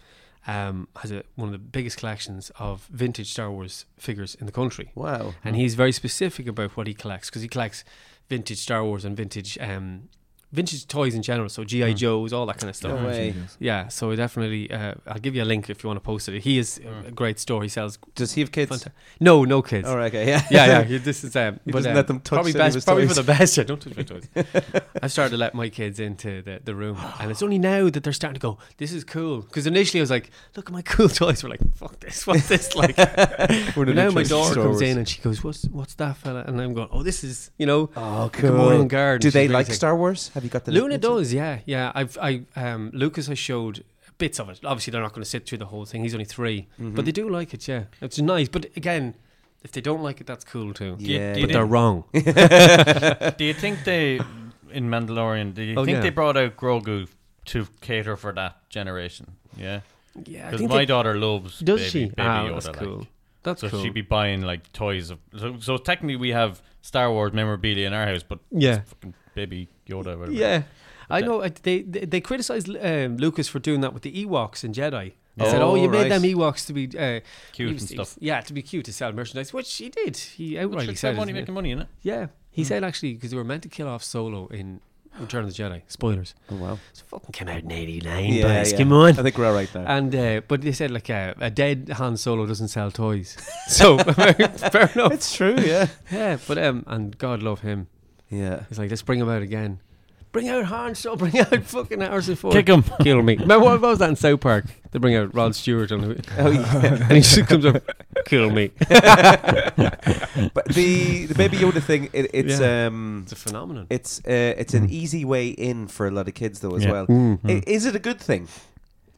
S3: um, has a, one of the biggest collections of vintage Star Wars figures in the country.
S2: Wow.
S3: and he's very specific about what he collects because he collects vintage Star Wars and vintage um, vintage toys in general, so GI Joes, all that kind of stuff.
S2: Hmm. No way.
S3: Yeah, so definitely, uh, I'll give you a link if you want to post it. He is a
S2: Hmm.
S3: great store. He sells.
S2: Does he have kids?
S3: Fanta- no, no kids.
S2: All right. Okay. Yeah.
S3: Yeah, yeah. This is um,
S2: He
S3: but,
S2: doesn't
S3: um,
S2: let them touch
S3: probably
S2: any of
S3: best,
S2: his
S3: probably
S2: toys.
S3: for the best. Yeah, don't touch my toys. I've started to let my kids into the, the room, and it's only now that they're starting to go. This is cool because initially I was like, "Look at my cool toys." We're like, "Fuck this! What's this like?"
S2: We're
S3: But now my
S2: interested
S3: daughter
S2: Star
S3: comes
S2: Wars.
S3: in and she goes, "What's what's that fella?" And I'm going, "Oh, this is you know,
S2: Oh,
S3: Good Morning Garden."
S2: Do
S3: She's
S2: they
S3: really
S2: like
S3: sick.
S2: Star Wars? Have you got the
S3: Luna does, yeah, yeah. I've I um Lucas I showed bits of it. Obviously, they're not going to sit through the whole thing. He's only 3
S2: Mm-hmm.
S3: but they do like it. Yeah, it's nice. But again, if they don't like it, that's cool too.
S2: Yeah.
S4: Do you-
S3: But they're wrong.
S4: Do you think they in Mandalorian? Do you
S3: Oh,
S4: think
S3: yeah.
S4: they brought out Grogu to cater for that generation? Yeah,
S3: yeah, I
S4: because
S3: think
S4: my
S3: they-
S4: daughter loves
S3: does
S4: baby,
S3: she?
S4: baby
S3: ah,
S4: Yoda.
S3: that's
S4: like.
S3: cool. That's
S4: So
S3: cool.
S4: she'd be buying like toys of. So, so technically, we have Star Wars memorabilia in our house, but
S3: Yeah.
S4: it's fucking baby Yoda. or Whatever.
S3: yeah. I know uh, they they, they criticized um, Lucas for doing that with the Ewoks and Jedi. They said,
S2: Oh,
S3: "Oh, you
S2: right.
S3: made them Ewoks to be uh,
S4: Cute
S3: he
S4: and
S3: he
S4: stuff.
S3: Yeah, to be cute to sell merchandise, which he did. He
S4: Well,
S3: outrightly
S4: sure,
S3: said,
S4: money
S3: it,
S4: making money in it.
S3: Yeah, he
S4: Hmm.
S3: said actually because they were meant to kill off Solo in Return of the Jedi. Spoilers.
S2: Oh, wow.
S3: It's fucking came out in '89.
S2: Yeah,
S3: boys,
S2: yeah.
S3: Come on.
S2: I think we're all right now.
S3: And uh, but they said like uh, a dead Han Solo doesn't sell toys. so fair enough.
S2: it's true. Yeah.
S3: yeah, but um, and God love him.
S2: Yeah.
S3: He's like, let's bring him out again. Bring out Han Solo. Bring out fucking Harrison Ford.
S4: Kick him.
S3: Kill me. Remember what was that in South Park? They bring out Rod Stewart and,
S2: Oh,
S3: and he just comes up, kill me.
S2: But the the Baby Yoda thing, it, it's
S3: Yeah.
S2: um,
S3: It's a phenomenon.
S2: it's uh, it's an easy way in for a lot of kids though as
S4: Yeah.
S2: well. I, is it a good thing?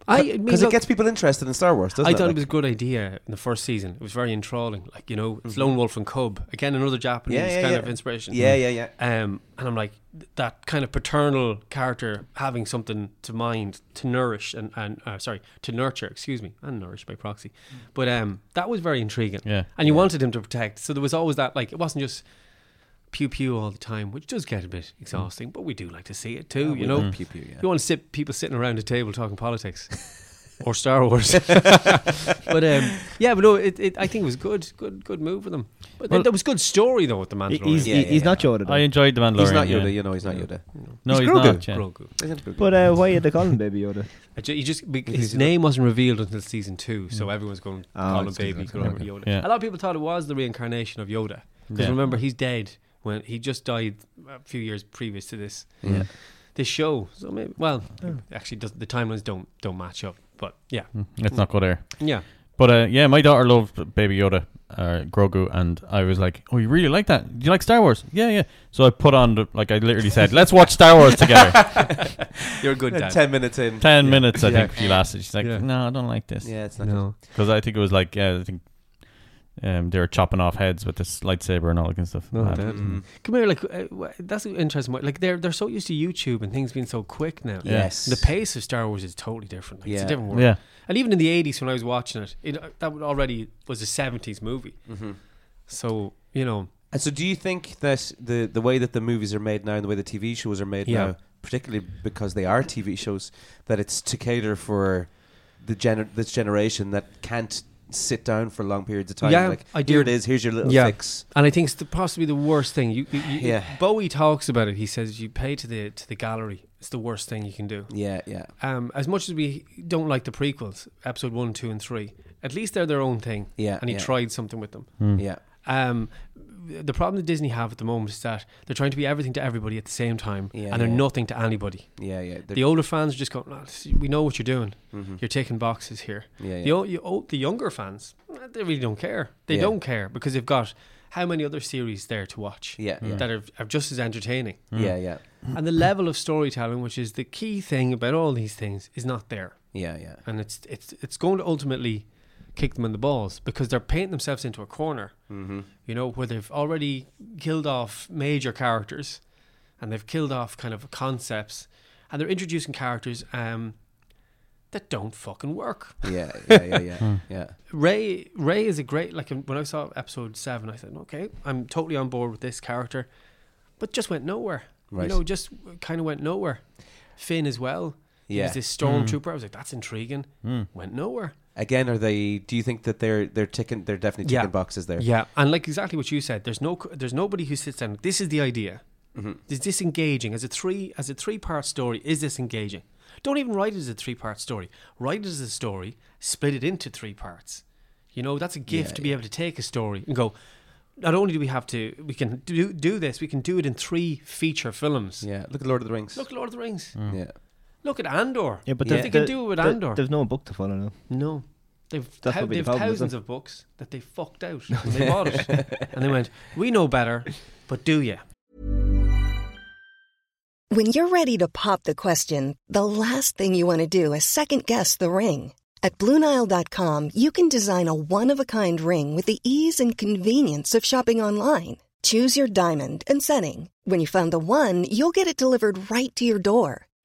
S3: I mean,
S2: Because it
S3: look-
S2: gets people interested in Star Wars, doesn't
S3: I
S2: it?
S3: thought it was a
S2: Like-
S3: good idea in the first season. It was very enthralling. Like, you know, it's Lone Wolf and Cub. Again, another Japanese
S2: Mm-hmm. Yeah, yeah,
S3: kind
S2: yeah.
S3: of inspiration.
S2: Yeah, yeah, yeah.
S3: Um, and I'm like, th- that kind of paternal character having something to mind, to nourish, and, and uh, sorry, to nurture, excuse me, and nourish by proxy.
S2: Mm.
S3: But um, that was very intriguing.
S4: Yeah.
S3: And you wanted him to protect. So there was always that, like, it wasn't just pew pew all the time, which does get a bit exhausting, but we do like to see it too, you know?
S2: Pew pew, Mm. yeah.
S3: You want to sit people sitting around a table talking politics or Star Wars. but um, yeah, but no, it, it, I think it was good, good, good move with them. But
S4: Well-
S3: there was good story though with the
S1: He-
S3: Mandalorian.
S1: He's,
S2: Yeah,
S1: he-
S2: yeah,
S1: he's
S2: yeah.
S1: not Yoda. Though.
S4: I enjoyed the Mandalorian.
S2: He's not Yoda,
S4: yeah.
S2: you know. He's not Yoda.
S4: No,
S2: He's
S4: he's,
S2: Grogu.
S4: not. Yeah.
S3: Grogu.
S2: Isn't Grogu?
S1: but uh, why are they calling him Baby Yoda?
S3: I ju- He just be-
S2: he's
S3: his
S2: a-
S3: name wasn't revealed until season two, so everyone's going to
S1: Oh,
S3: call him
S1: it's
S3: baby
S1: okay.
S3: Grogu Yoda.
S4: Yeah.
S3: A lot of people thought it was the reincarnation of Yoda because
S4: Yeah.
S3: remember he's dead when he just died a few years previous to this.
S2: Yeah.
S3: This show, so maybe well, actually, does, the timelines don't don't match up. But yeah,
S4: Let's Mm, not go there.
S3: yeah.
S4: But uh, yeah, my daughter loved Baby Yoda, uh, Grogu, and I was like, "Oh, you really like that? Do you like Star Wars? Yeah, yeah." So I put on the like I literally said, "Let's watch Star Wars together."
S3: You're a good
S2: Uh,
S3: dad.
S2: Ten minutes in.
S4: Ten minutes, I
S3: Yeah.
S4: think she lasted. She's like,
S3: Yeah.
S4: "No, I don't like this,"
S2: Yeah, it's not.
S3: No.
S4: because I think it was like, yeah, I think um, they were chopping off heads with this lightsaber and all that kind of stuff.
S3: No,
S4: Um,
S3: that- Oh,
S2: Mm.
S3: Come here, like uh, wh- that's an interesting. one. Like they're they're so used to YouTube and things being so quick now.
S4: Yeah.
S2: Yes.
S3: The pace of Star Wars is totally different. Like, It's
S2: Yeah.
S3: a different world.
S4: yeah,
S3: And even in the '80s, when I was watching it, it uh, that already was a '70s movie.
S2: Mm-hmm.
S3: So you know,
S2: And so, do you think that the the way that the movies are made now and the way the TV shows are made
S3: Yeah.
S2: now, particularly because they are TV shows, that it's to cater for the gener- this generation that can't sit down for long periods of time.
S3: Yeah,
S2: like,
S3: I
S2: Here it
S3: do.
S2: is. Here's your little
S3: Yeah.
S2: fix.
S3: And I think it's the, possibly the worst thing. You, you, you-
S2: Yeah.
S3: Bowie talks about it. He says you pay to the to the gallery. It's the worst thing you can do.
S2: Yeah, yeah.
S3: Um, as much as we don't like the prequels, episode one, two, and three, at least they're their own thing.
S2: Yeah,
S3: And he
S2: yeah.
S3: tried something with them.
S2: Yeah.
S3: Um, the problem that Disney have at the moment is that they're trying to be everything to everybody at the same time,
S2: Yeah,
S3: and they're
S2: yeah.
S3: nothing to anybody.
S2: Yeah, yeah. They're- Mm-hmm.
S3: The older fans are just going, "Ah, this- we know what you're doing. You're taking boxes here.
S2: Yeah,
S3: The,
S2: yeah.
S3: o- you- o- the younger fans, eh, they really don't care. They
S2: Yeah.
S3: don't care because they've got how many other series there to watch
S2: Yeah, yeah.
S3: that are, are just as entertaining.
S2: yeah, yeah,
S3: And the level of storytelling, which is the key thing about all these things, is not there.
S2: yeah, yeah.
S3: And it's, it's, it's going to ultimately kick them in the balls because they're painting themselves into a corner, mm-hmm. you know, where they've already killed off major characters and they've killed off kind of concepts and they're introducing characters um, that don't fucking work.
S2: Yeah, yeah, yeah,
S3: Mm.
S2: yeah, yeah.
S3: Ray Ray is a great like um, when I saw episode seven, I said, okay, I'm totally on board with this character, but just went nowhere.
S2: Right.
S3: You know, just kind of went nowhere. Finn as well. He
S2: Yeah. Mm.
S3: was this stormtrooper. I was like, that's intriguing. Went nowhere.
S2: Again, are they? Do you think that they're they're ticking? They're definitely ticking boxes there.
S3: Yeah, and like exactly what you said. There's no, there's nobody who sits down. This is the idea.
S1: Mm-hmm.
S3: Is this engaging as a three as a three part story? Is this engaging? Don't even write it as a three part story. Write it as a story. Split it into three parts. You know that's a gift to be able to take a story and go. Not only do we have to, we can do do this. We can do it in three feature films.
S2: yeah. Look at Lord of the Rings.
S3: Look, Lord of the Rings.
S2: Yeah,
S3: Look at Andor.
S1: Yeah, but
S3: they,
S1: the-
S3: can
S1: the-
S3: do it with
S1: the-
S3: Andor.
S1: There's no book to follow now.
S3: No. They've,
S1: That's
S3: thou-
S1: probably the
S3: they've
S1: problem,
S3: thousands
S1: isn't it?
S3: of books that they fucked out. And they bought it. And they went, we know better, but do you?
S6: When you're ready to pop the question, the last thing you want to do is second guess the ring. At Bluenile.com, you can design a one of a kind ring with the ease and convenience of shopping online. Choose your diamond and setting. When you find the one, you'll get it delivered right to your door.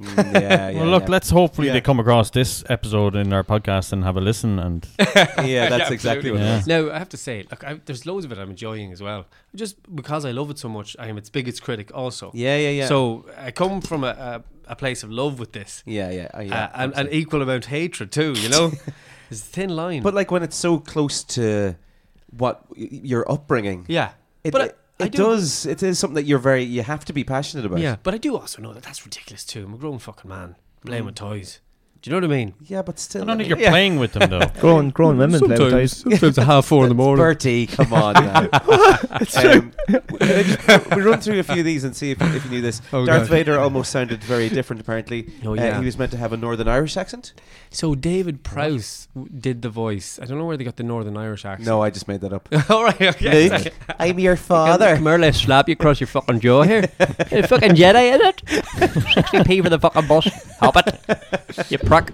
S2: Mm, yeah, yeah.
S4: well, look,
S2: yeah.
S4: let's hopefully
S2: Yeah.
S4: they come across this episode in our podcast and have a listen. And
S2: yeah, that's exactly what.
S4: Yeah.
S2: It is.
S3: Now, I have to say, look, I, there's loads of it I'm enjoying as well. Just because I love it so much, I am its biggest critic also.
S2: Yeah, yeah, yeah.
S3: So I come from a, a, a place of love with this.
S2: Yeah, yeah, oh, yeah.
S3: Uh, and an
S2: absolutely.
S3: equal amount of hatred too, you know? it's a thin line.
S2: but like when it's so close to what y- your upbringing,
S3: yeah.
S2: it,
S3: but
S2: it,
S3: I, I
S2: it
S3: do-
S2: does. It is something that you're very you have to be passionate about.
S3: Yeah, but I do also know that that's ridiculous too. I'm a grown fucking man playing with toys. Do you know what I mean?
S2: yeah, but still,
S4: I don't think you're
S2: yeah.
S4: playing with them though.
S1: Grown grown women play with toys.
S3: sometimes at half four in the morning.
S2: Bertie, come on now. um, can I just- we run through a few of these and see if, if you knew this.
S3: Oh,
S2: Darth
S3: God.
S2: Vader almost sounded very different, apparently.
S3: Oh,
S2: Uh,
S3: yeah.
S2: he was meant to have a Northern Irish accent.
S3: So David Prowse w- did the voice. I don't know where they got the Northern Irish accent.
S2: No, I just made that up.
S3: All right, okay.
S2: Luke, I'm your father.
S3: here, let's slap you across your fucking jaw here. you fucking Jedi, in it? 60p for the fucking bus. Hop it. You
S4: Brock.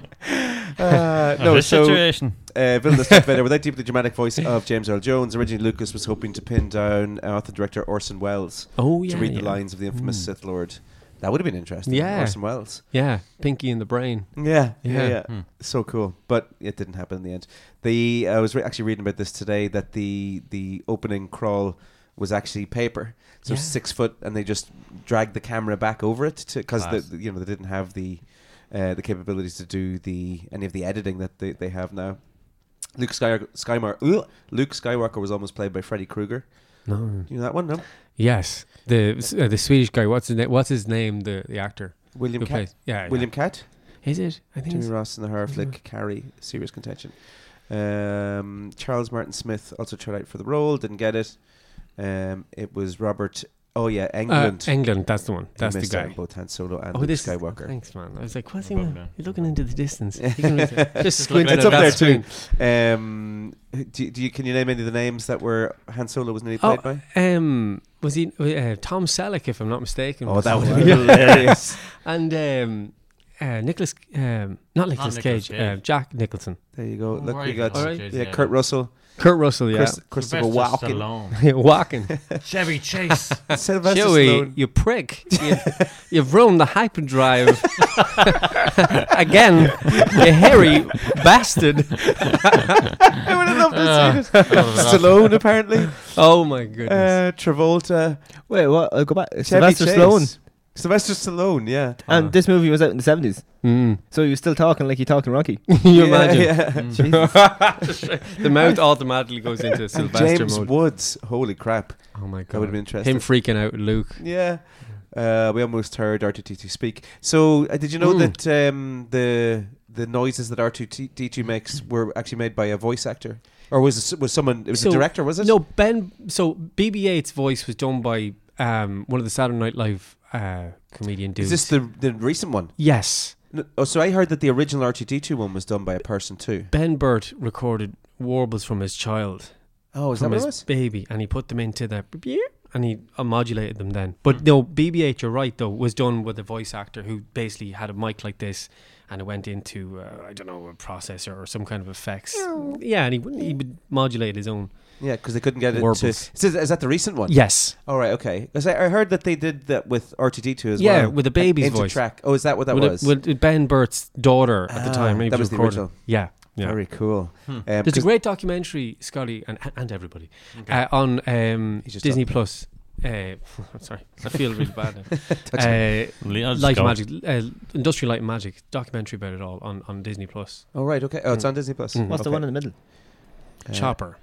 S2: Uh,
S4: Of
S2: no,
S4: this
S2: so,
S4: situation.
S2: Uh, villainous Darth Vader with that deeply dramatic voice of James Earl Jones. Originally, Lucas was hoping to pin down author director Orson Welles
S3: Oh,
S2: to
S3: yeah,
S2: read the
S3: yeah.
S2: lines of the infamous
S3: Mm.
S2: Sith Lord. That would have been interesting.
S3: Yeah.
S2: Orson Welles.
S3: Yeah, Pinky in the Brain.
S2: Yeah, yeah,
S3: Yeah.
S2: yeah.
S3: Hmm.
S2: So cool, but it didn't happen in the end. The I was re- actually reading about this today that the the opening crawl was actually paper, so
S3: Yeah.
S2: six foot, and they just dragged the camera back over it because
S4: Class.
S2: you know they didn't have the uh, the capabilities to do the any of the editing that they, they have now. Luke Skywalker, Skymar, ugh, Luke Skywalker was almost played by Freddy Krueger.
S3: No.
S2: You know that one, no?
S3: Yes, the uh, the Swedish guy. What's his name? What's his name? The the actor.
S2: William
S3: Who
S2: Cat.
S3: plays- Yeah, yeah.
S2: William Cat.
S3: Is it? I think.
S2: Timmy
S3: it's-
S2: Ross and the horror
S3: Mhm.
S2: flick carry serious contention. Um, Charles Martin Smith also tried out for the role, didn't get it. Um, it was Robert. Oh yeah, England.
S3: Uh, England. That's the one.
S2: He
S3: That's the
S2: missed out on
S3: guy.
S2: both Han Solo and
S3: Oh,
S2: Luke
S3: this is-
S2: Skywalker.
S3: Thanks, man. I was like, what's he?
S4: Above
S3: look-
S4: now.
S3: He's looking into the distance. He can read it. Just
S4: Looking
S3: squint
S4: at
S2: it's
S3: at
S2: up
S3: that
S2: there
S3: screen.
S2: too. Um, do, do you can you name any of the names that were Han Solo was
S3: Oh,
S2: nearly played by?
S3: Um, was he uh, Tom Selleck, if I'm not mistaken?
S2: Oh,
S3: was-
S2: that would have been hilarious.
S3: And um, uh, Nicholas, um, not Nicholas
S4: Nicolas
S3: Cage,
S4: Cage.
S3: Uh, Jack Nicholson,
S2: There you go. Look,
S4: Alright,
S2: we got
S4: alright.
S2: yeah, Kurt Russell,
S3: Kurt Russell, yeah,
S2: Chris, Christopher Walken,
S3: Walken.
S4: Chevy Chase.
S2: Sylvester
S3: Joey,
S2: Stallone.
S3: you prick! You, you've ruined the hyperdrive again, you hairy bastard!
S2: Ah. I would have loved
S4: Ah,
S2: to see this. Stallone apparently.
S3: Oh my goodness!
S2: Uh, Travolta.
S1: Wait, what? Uh, go back.
S2: Chevy
S1: Sylvester
S2: Chase.
S1: Stallone.
S2: Sylvester Stallone, yeah.
S1: And this movie was out in the 70s.
S3: Mm.
S1: So he was still talking like he talked in Rocky.
S3: Can you
S2: Uh, Yeah,
S3: imagine?
S2: yeah.
S3: Mm. the mouth automatically goes into a
S2: And
S3: Sylvester
S2: James
S3: mode.
S2: Woods. Holy crap.
S3: Oh my god!
S2: That would have been interesting.
S3: Him freaking out, Luke.
S2: yeah. Uh, we almost heard R2D2 speak. So, uh, did you know
S3: Mm.
S2: that um, the the noises that R2D2 makes were actually made by a voice actor? Or was it, s- was someone, it was
S3: So-
S2: a director, was it?
S3: No, Ben. So BB-8's voice was done by um, one of the Saturday Night Live uh, comedian dudes.
S2: Is this the, the recent one?
S3: yes,
S2: No, oh, so I heard that the original R2D2 one was done by a person too.
S3: Ben Burt recorded warbles from his child,
S2: Oh, is that
S3: from
S2: what
S3: his
S2: it was?
S3: baby, and he put them into the and he uh, modulated them then.
S2: Hmm.
S3: But no, BB-8, you're right though, was done with a voice actor who basically had a mic like this. And it went into uh, I don't know a processor or some kind of effects. Yeah, and he would he would modulate his own.
S2: Yeah, because they couldn't get it
S3: Warbles.
S2: to. Is, this- is that the recent one?
S3: Yes,
S2: All right, okay. 'Cause I, I heard that they did that with R2D2 as well.
S3: Yeah, with a baby's
S2: Into
S3: voice.
S2: track. Oh, is that what that
S3: with,
S2: was?
S3: with with Ben Burt's daughter at the
S2: Ah,
S3: time. when he
S2: that was the
S3: recording.
S2: original.
S3: Yeah, yeah.
S2: Very cool. Um,
S3: There's a
S2: 'cause-
S3: great documentary, Scotty, and and everybody uh, on um,
S2: He's just
S3: Disney
S2: up.
S3: Plus. Uh, I'm sorry, I feel really bad. Now. Uh, Light and Magic, uh, Industrial Light and Magic documentary about it all on, on Disney Plus.
S2: oh, right, okay. Oh, it's on Disney Plus.
S3: Mm.
S1: What's the
S2: Okay.
S1: one in the middle?
S2: Uh,
S3: Chopper,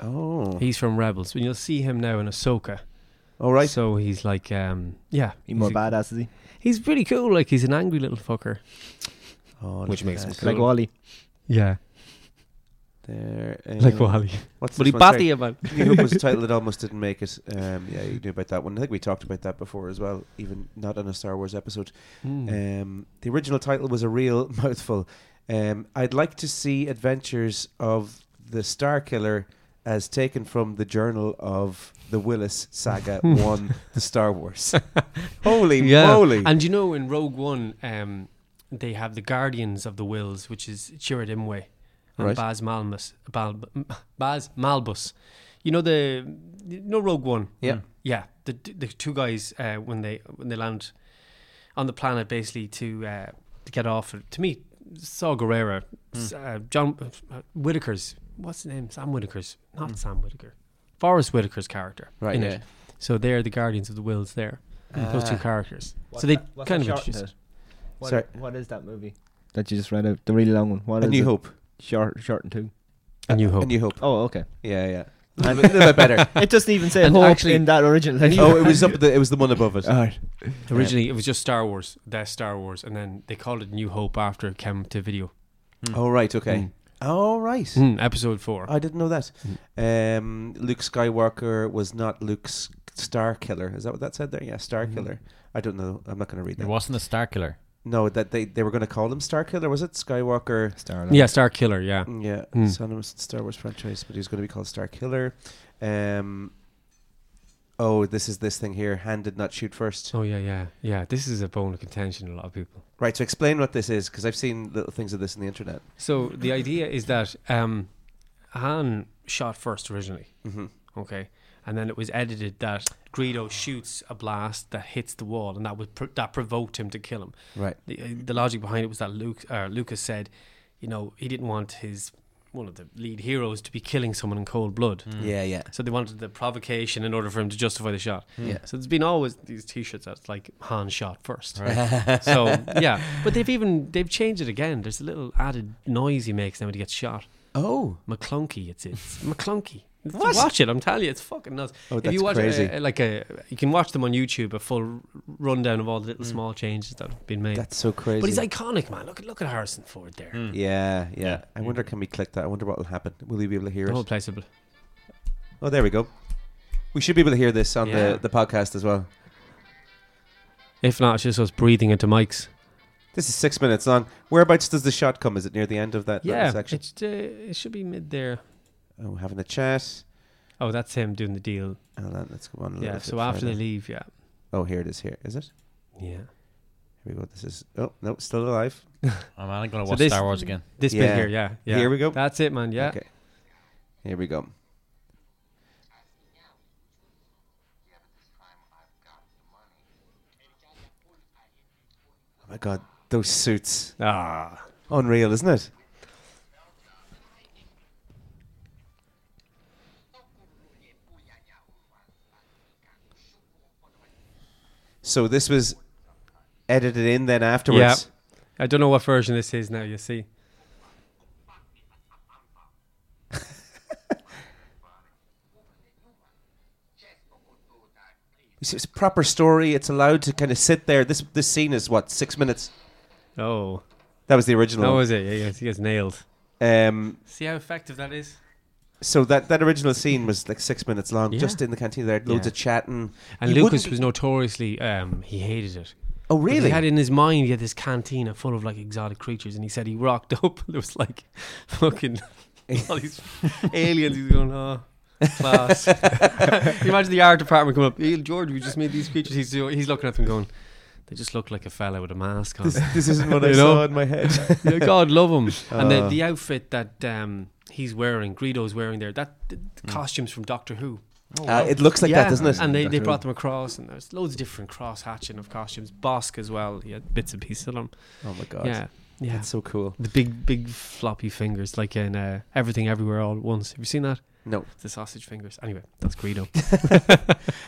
S2: Oh,
S3: he's from Rebels, and you'll see him now in Ahsoka.
S2: all right.
S3: So he's like, um, yeah,
S1: He
S3: he's
S1: more
S3: a-
S1: badass, is he?
S3: He's pretty cool. Like he's an angry little fucker.
S2: Oh, look
S3: Which
S2: at
S3: makes
S2: that.
S3: him
S1: Like
S3: Cool.
S1: Wally.
S3: Yeah,
S2: there. Um,
S3: like Wally.
S2: What's
S3: But
S2: this
S3: he
S2: one?
S3: batty
S2: Sorry.
S3: about.
S2: New Hope was a title that almost didn't make it. Um, yeah, you knew about that one. I think we talked about that before as well, even not on a Star Wars episode. Um, the original title was a real mouthful. Um, I'd like to see adventures of the Star Killer as taken from the Journal of the Willis Saga 1, The Star Wars. Holy moly.
S3: And you know, in Rogue One, um, they have the Guardians of the Wills, which is Chirrut Imwe and
S2: Right.
S3: Baz Malmus, Bal, Baz Malbus. You know the no Rogue One. Mm.
S2: Yeah.
S3: yeah. The the two guys uh, when they when they land on the planet, basically to uh, to get off to meet Saw Gerrera,
S2: Mm.
S3: S- uh, John uh, Whitaker's. What's his name? Sam Whitaker's, not Sam Whitaker. Forrest Whitaker's character.
S2: Mm. Right,
S3: in
S2: yeah. Ah.
S3: It. So they're the guardians of the wills there. those two characters. so they kind of introduced.
S2: What- Sorry.
S1: what is that movie? That you just read out, the really long one. What
S2: A
S1: is
S2: New
S1: it?
S2: Hope.
S1: Short, short and two.
S3: A New
S2: A
S3: Hope.
S2: New Hope.
S1: Oh, okay.
S2: Yeah, yeah. A little bit- little bit better.
S1: It doesn't even say
S3: And
S1: hope
S3: actually-
S1: in that original.
S2: Oh, it was up. The, it was the one above it.
S1: All right.
S3: Originally, it was just Star Wars, that Star Wars, and then they called it New Hope after it came to video.
S2: Oh right, okay. All right.
S3: Mm, episode four.
S2: I didn't know that. Um, Luke Skywalker was not Luke's Star Killer. Is that what that said there? Yeah, Star Killer. I don't know. I'm not going to read
S4: It
S2: that.
S4: wasn't a star killer.
S2: No, that they, they were going to call him Star Killer. Was it Skywalker?
S1: Star
S3: yeah, Star Killer. Yeah.
S2: Yeah,
S3: Mm.
S2: Son of a Star Wars franchise, but he was going to be called Star Killer. Um, oh, this is this thing here. Hand did not shoot first.
S3: Oh yeah, yeah, yeah. This is a bone of contention. in A lot of people.
S2: Right. So explain what this is, because I've seen little things of this on the internet.
S3: So the idea is that um, Han shot first originally.
S2: Mhm.
S3: Okay, and then it was edited that Greedo shoots a blast that hits the wall, and that would pr- that provoked him to kill him.
S2: Right.
S3: The, uh, the logic behind it was that Luke uh, Lucas said, you know, he didn't want his one of the lead heroes to be killing someone in cold blood.
S2: Yeah, yeah.
S3: So they wanted the provocation in order for him to justify the shot.
S2: Yeah.
S3: So there's been always these T-shirts that's like Han shot first. so yeah, but they've even they've changed it again. There's a little added noise he makes now when he gets shot.
S2: Oh,
S3: McClunky, it's it's McClunky. It's-
S2: What?
S3: Watch it, I'm telling you, it's fucking nuts.
S2: Oh,
S3: If
S2: that's
S3: you watch
S2: crazy.
S3: A, a- like a, you can watch them on YouTube, a full r- rundown of all the little
S2: Mm.
S3: small changes that have been made.
S2: That's so crazy. Hmm.
S3: But he's iconic, man. Look at look at Harrison Ford there.
S2: Yeah, yeah. I wonder, can we click that? I wonder what will happen. Will we be able to hear
S3: The whole
S2: it?
S3: place will be-
S2: Oh, there we go. We should be able to hear this on
S3: Yeah.
S2: the, the podcast as well.
S3: If not, it's just us breathing into mics.
S2: This is six minutes long. Whereabouts does the shot come? Is it near the end of that little
S3: Yeah,
S2: section?
S3: it's, uh, it should be mid there.
S2: Oh, we're having a chat.
S3: Oh, that's him doing the deal.
S2: Hold on, let's go on a little
S3: Yeah.
S2: bit
S3: So after they
S2: further.
S3: leave, yeah,
S2: Oh, here it is. Here is it?
S3: yeah.
S2: Here we go. This is. Oh no, it's still alive.
S4: I'm not going to
S3: So
S4: watch
S3: this-
S4: Star Wars again.
S3: This
S2: Yeah.
S3: bit here, yeah, yeah.
S2: Here we go.
S3: That's it, man. Yeah.
S2: Okay. Here we go. Oh my god, those suits.
S3: Ah,
S2: Unreal, isn't it? So this was edited in then afterwards.
S3: I don't know what version this is now. You see.
S2: It's, it's a proper story. It's allowed to kind of sit there. This this scene is what six minutes.
S3: Oh,
S2: That was the original.
S3: that was it. Yeah, yeah, he gets nailed.
S2: Um,
S3: See how effective that is.
S2: so that, that original scene was like six minutes long,
S3: Yeah.
S2: just in the canteen. There, loads
S3: Yeah.
S2: of chatting.
S3: And
S2: You
S3: Lucas
S2: wouldn't-
S3: was notoriously um, he hated it.
S2: Oh,
S3: But
S2: really?
S3: He had in his mind he had this cantina full of like exotic creatures, and he said he rocked up. There was like fucking all these aliens. He's going, oh, class. you imagine the art department coming up. Hey, George, we just made these creatures. He's he's looking at them going, they just look like a fella with a mask on.
S2: this, this isn't what I
S3: You
S2: saw
S3: know?
S2: in my head.
S3: Yeah, God love him. And
S2: Uh.
S3: the, the outfit that um, he's wearing, Greedo's wearing there, that the the costumes from Doctor Who.
S2: Uh, it looks Mm. like that, doesn't it?
S3: And they, they brought them across, and there's loads of different cross hatching of costumes. Bosk as well, he had bits and pieces of them.
S2: Oh my god!
S3: Yeah, yeah.
S2: that's so cool.
S3: the big, big floppy fingers, like in uh, Everything Everywhere All at Once. Have you seen that?
S2: No.
S3: The sausage fingers. Anyway, that's Greedo.